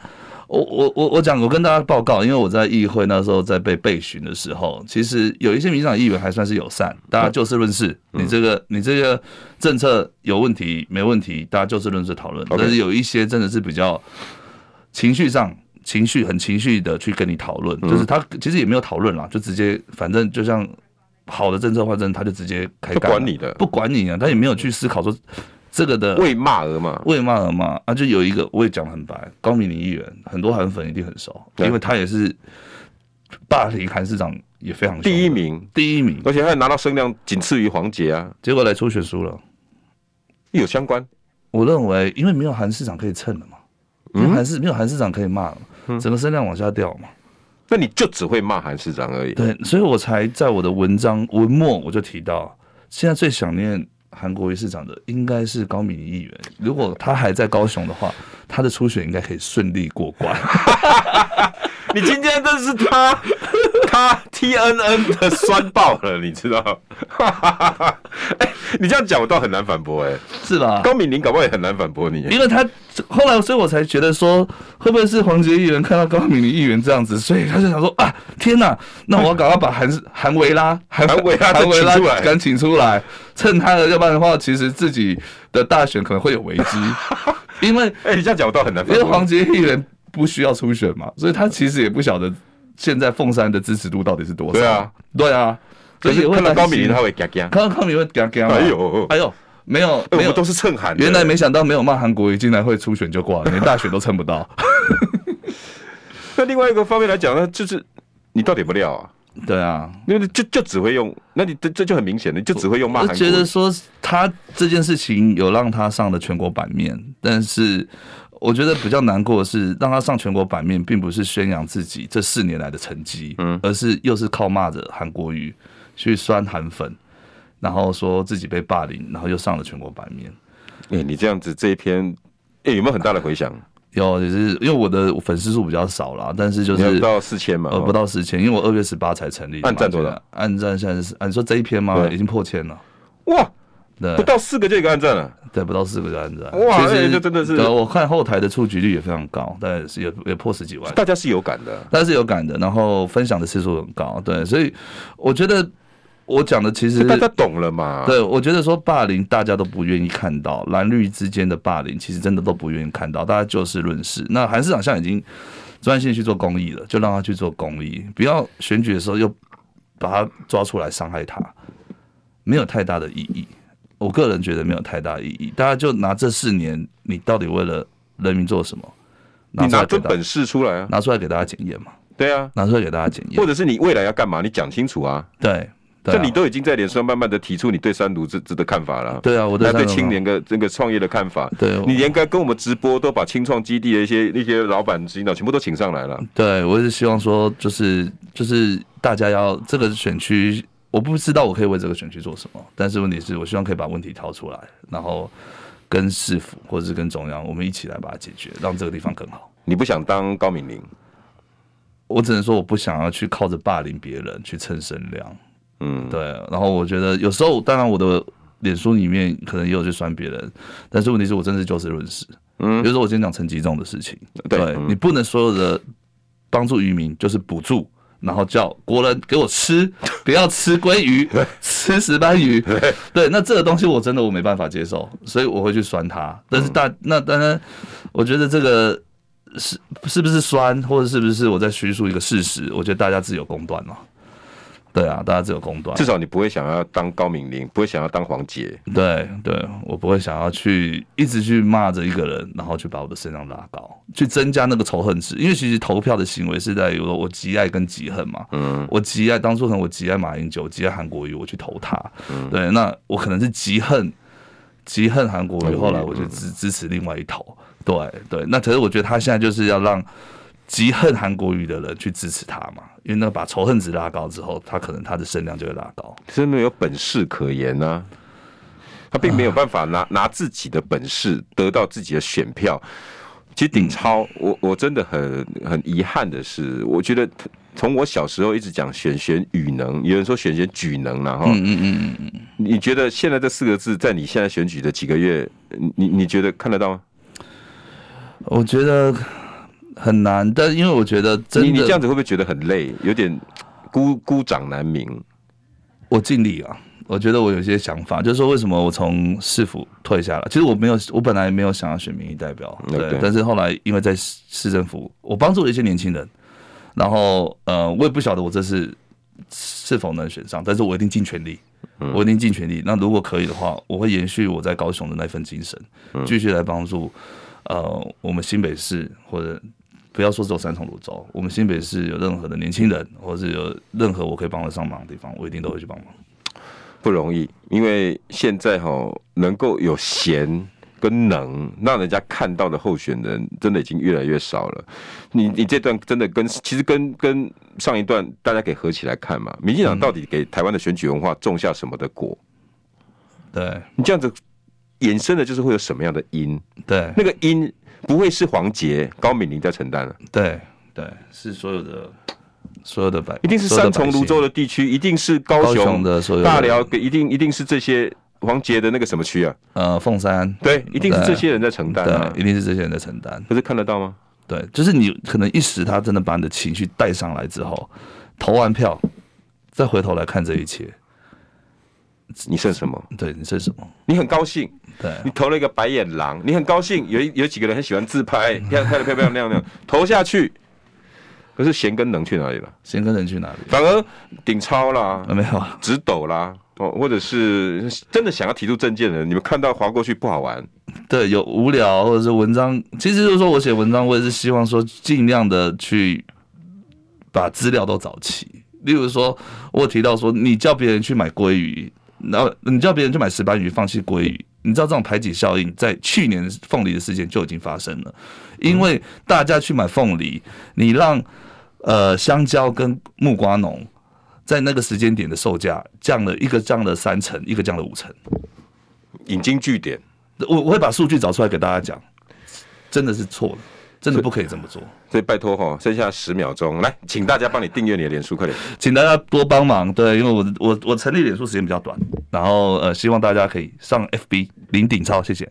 Speaker 3: 我我我我讲，我跟大家报告，因为我在议会那时候在被备询的时候，其实有一些民进党议员还算是友善，大家就事论事，你这个你这个政策有问题没问题，大家就事论事讨论。
Speaker 2: OK
Speaker 3: 但是有一些真的是比较情绪上。情绪很情绪的去跟你讨论，就是他其实也没有讨论啦，就直接反正就像好的政策换政，他就直接开干了，
Speaker 2: 不管你的
Speaker 3: 不管你啊，他也没有去思考说这个的
Speaker 2: 为骂而骂，
Speaker 3: 为嘛而骂啊，就有一个我也讲得很白，高明林议员，很多韩粉一定很熟，
Speaker 2: 对
Speaker 3: 因为他也是霸凌韩市长也非常凶
Speaker 2: 第一，名，
Speaker 3: 第一名，
Speaker 2: 而且他还拿到声量仅次于黄杰啊，
Speaker 3: 结果来出血输了。
Speaker 2: 有相关。
Speaker 3: 我认为，因为没有韩市长可以蹭了嘛，
Speaker 2: 嗯
Speaker 3: 因为韩市没有韩市长可以骂了嘛，整个声量往下掉嘛，
Speaker 2: 那你就只会骂韩市长而已。
Speaker 3: 对，所以我才在我的文章文末我就提到，现在最想念。韩国瑜市长的应该是高敏议员，如果他还在高雄的话，他的初选应该可以顺利过关。
Speaker 2: [LAUGHS] 你今天真是他，他 T N N 的酸爆了，你知道？ [LAUGHS] 哎、你这样讲我倒很难反驳哎、
Speaker 3: 是吧？
Speaker 2: 高敏玲搞不好也很难反驳你、哎
Speaker 3: [LAUGHS] 因为他后来，所以我才觉得说，会不会是黄杰议员看到高敏玲议员这样子，所以他就想说啊，天哪，那我要赶快把韩 [LAUGHS] 韩维拉、韩
Speaker 2: 韩维拉
Speaker 3: [LAUGHS] 韩维拉
Speaker 2: 请出来
Speaker 3: 赶请出来，趁他的，要不然的话，其实自己的大选可能会有危机，
Speaker 2: [LAUGHS]
Speaker 3: 因为
Speaker 2: 哎、你这样讲我倒很难
Speaker 3: 因
Speaker 2: 反
Speaker 3: 为
Speaker 2: 驳
Speaker 3: 黄
Speaker 2: 你。
Speaker 3: 杰议员不需要初选嘛，所以他其实也不晓得现在凤山的支持度到底是多少。
Speaker 2: 对啊，
Speaker 3: 对啊，
Speaker 2: 可
Speaker 3: 所以
Speaker 2: 是
Speaker 3: 也会
Speaker 2: 看到
Speaker 3: 担
Speaker 2: 高敏
Speaker 3: 心
Speaker 2: 玲，他会嘎嘎。
Speaker 3: 看到高敏会嘎嘎嘛，
Speaker 2: 哎呦
Speaker 3: 哎呦，没有
Speaker 2: 哎我
Speaker 3: 没有
Speaker 2: 们都是蹭韩的，
Speaker 3: 原来没想到没有骂韩国瑜，竟然会初选就 [LAUGHS] 挂了，连大选都蹭不 [LAUGHS] 到。
Speaker 2: 那另外一个方面来讲呢，就是你到底有没有料啊？
Speaker 3: 对啊，
Speaker 2: 因为就就只会用，那你这这就很明显了，你就只会用骂
Speaker 3: 我
Speaker 2: 韩国
Speaker 3: 觉得说他这件事情有让他上了全国版面，但是我觉得比较难过的是，让他上全国版面，并不是宣扬自己这四年来的成绩，嗯，而是又是靠骂着韩国瑜去酸韩粉，然后说自己被霸凌，然后又上了全国版面。
Speaker 2: 哎、你这样子这一篇，哎、有没有很大的回响？
Speaker 3: 有，就是因为我的粉丝数比较少啦，但是就
Speaker 2: 你要
Speaker 3: 是
Speaker 2: 到四千嘛？
Speaker 3: 呃，
Speaker 2: 哦
Speaker 3: 不到四千，因为我二月十八才成立的嘛。
Speaker 2: 按赞多少
Speaker 3: 现在？按赞现在是，按说这一篇嘛，
Speaker 2: 对
Speaker 3: 已经破千了。
Speaker 2: 哦哇，
Speaker 3: 对
Speaker 2: 不，到四个就一个暗赞了。
Speaker 3: 对，不到四个按赞。
Speaker 2: 哇
Speaker 3: 其实
Speaker 2: 哎这真的是
Speaker 3: 对我看后台的触及率也非常高，但是也也破十几万，
Speaker 2: 大家是有感的。
Speaker 3: 但是有感的，然后分享的次数很高。对，所以我觉得我讲的其实
Speaker 2: 大家懂了嘛？
Speaker 3: 对，我觉得说霸凌大家都不愿意看到，蓝绿之间的霸凌其实真的都不愿意看到，大家就事论事。那韩市长现在已经专心去做公益了，就让他去做公益，不要选举的时候又把他抓出来伤害他，没有太大的意义。我个人觉得没有太大意义。大家就拿这四年，你到底为了人民做什么？
Speaker 2: 你
Speaker 3: 出来
Speaker 2: 拿
Speaker 3: 给
Speaker 2: 出
Speaker 3: 大
Speaker 2: 本事出来啊，
Speaker 3: 拿出来给大家检验嘛，
Speaker 2: 对啊，
Speaker 3: 拿出来给大家检验
Speaker 2: 或。者是你未来要干嘛，你讲清楚啊。
Speaker 3: 对，对
Speaker 2: 这
Speaker 3: 啊
Speaker 2: 你都已经在脸上慢慢的提出你对三独这这的看法了啊。
Speaker 3: 对啊，我
Speaker 2: 那对
Speaker 3: 三个
Speaker 2: 青年的这个创业的看法，
Speaker 3: 对我
Speaker 2: 你连跟跟我们直播都把青创基地的一些那些老板、领导全部都请上来了。
Speaker 3: 对，我是希望说，就是就是大家要这个选区，我不知道我可以为这个选区做什么，但是问题是我希望可以把问题掏出来，然后跟市府或者是跟中央，我们一起来把它解决，让这个地方更好。
Speaker 2: 你不想当高敏玲，
Speaker 3: 我只能说，我不想要去靠着霸凌别人去蹭声量。
Speaker 2: 嗯，
Speaker 3: 对，然后我觉得有时候，当然我的脸书里面可能也有去酸别人，但是问题是我真的是就事论事。嗯，比如说我今天讲陈吉仲的事情，
Speaker 2: 对嗯
Speaker 3: 你不能所有的帮助渔民就是补助。然后叫国人给
Speaker 2: [LAUGHS]
Speaker 3: 我吃，不要吃鲑鱼，吃石斑鱼。对，那这个东西我真的我没办法接受，所以我会去酸他。但
Speaker 2: 嗯
Speaker 3: 是大、那当然，我觉得这个是是不是酸，或者是不是我在叙述一个事实，我觉得大家自有公断嘛。对啊，大家自有公断。
Speaker 2: 至少你不会想要当高敏玲，不会想要当黄杰。
Speaker 3: 对对，我不会想要去一直去骂着一个人，然后去把我的声量拉高，去增加那个仇恨值。因为其实投票的行为是在于我极爱跟极恨嘛。嗯，我极爱当初可能我极爱马英九，极爱韩国瑜，我去投他。嗯，对，那我可能是极恨极恨韩国瑜，后来我就支支持另外一头。对对，那可是我觉得他现在就是要让极恨韩国瑜的人去支持他嘛，因为那把仇恨值拉高之后，他可能他的声量就会拉高。
Speaker 2: 真的有本事可言啊。他并没有办法拿拿自己的本事得到自己的选票。其实顶超，我我真的很很遗憾的是，我觉得从我小时候一直讲选贤与能，有人说选贤举能了哈。
Speaker 3: 嗯嗯嗯嗯，
Speaker 2: 你觉得现在这四个字在你现在选举的几个月，你你你觉得看得到吗？
Speaker 3: 我觉得很难，但因为我觉得真的，
Speaker 2: 你你这样子会不会觉得很累，有点孤孤掌难鸣？
Speaker 3: 我尽力啊。我觉得我有一些想法，就是说为什么我从市府退下来？其实我没有，我本来没有想要选民意代表，啊对。
Speaker 2: OK
Speaker 3: 但是后来因为在市市政府，我帮助了一些年轻人，然后呃，我也不晓得我这次是否能选上，但是我一定尽全力，
Speaker 2: 嗯
Speaker 3: 我一定尽全力。那如果可以的话，我会延续我在高雄的那份精神，
Speaker 2: 嗯
Speaker 3: 继续来帮助呃我们新北市或者不要说只有三重泸州，我们新北市有任何的年轻人，或是有任何我可以帮得上忙的地方，我一定都会去帮忙。
Speaker 2: 不容易，因为现在哈、能够有闲跟能让人家看到的候选人，真的已经越来越少了。你你这段真的跟其实跟跟上一段大家可以合起来看嘛，民进党到底给台湾的选举文化种下什么的果？
Speaker 3: 对
Speaker 2: 你这样子衍生的就是会有什么样的因？
Speaker 3: 对
Speaker 2: 那个因不会是黄杰、高敏玲在承担了、啊
Speaker 3: 对对，是所有的所有的百，
Speaker 2: 一定是
Speaker 3: 所有
Speaker 2: 三
Speaker 3: 的
Speaker 2: 重、
Speaker 3: 百姓
Speaker 2: 泸州的地区，一定是
Speaker 3: 高
Speaker 2: 高
Speaker 3: 雄
Speaker 2: 雄、
Speaker 3: 的所有的
Speaker 2: 大寮，一定一定是这些黄杰的那个什么区啊？
Speaker 3: 呃凤山，
Speaker 2: 对，一定是这些人在承担、啊
Speaker 3: 对，。一定是这些人在承担。
Speaker 2: 可是看得到吗？
Speaker 3: 对，就是你可能一时他真的把你的情绪带上来之后，投完票，再回头来看这一切，
Speaker 2: 你剩什么？
Speaker 3: 对你是什么？
Speaker 2: 你很高兴，
Speaker 3: 对
Speaker 2: 你投了一个白眼狼，你很高兴。有一有几个人很喜欢自拍，拍拍的漂漂亮亮，投下去。可是贤跟能去哪里了？
Speaker 3: 先跟人去哪里？
Speaker 2: 反而顶超啦
Speaker 3: 啊，，没有啊，
Speaker 2: 直抖啦，哦，或者是真的想要提出证件的人，你们看到划过去不好玩，
Speaker 3: 对，有无聊或者是文章，其实就是说我写文章，我也是希望说尽量的去把资料都找齐。例如说，我有提到说你叫别人去买鲑鱼，然后你叫别人去买石斑鱼，放弃鲑鱼，你知道这种排挤效应在去年凤梨的事件就已经发生了，因为大家去买凤梨，你让呃香蕉跟木瓜农在那个时间点的售价降了一个降了三成，一个降了五成。
Speaker 2: 引经据典。
Speaker 3: 我我会把数据找出来给大家讲，真的是错了，真的不可以这么做，
Speaker 2: 所以拜托哈，剩下十秒钟，来，请大家帮你订阅你的脸书，快点。
Speaker 3: 请大家多帮忙。对，因为我我我成立脸书时间比较短，然后呃，希望大家可以上 FB 林鼎超，谢谢。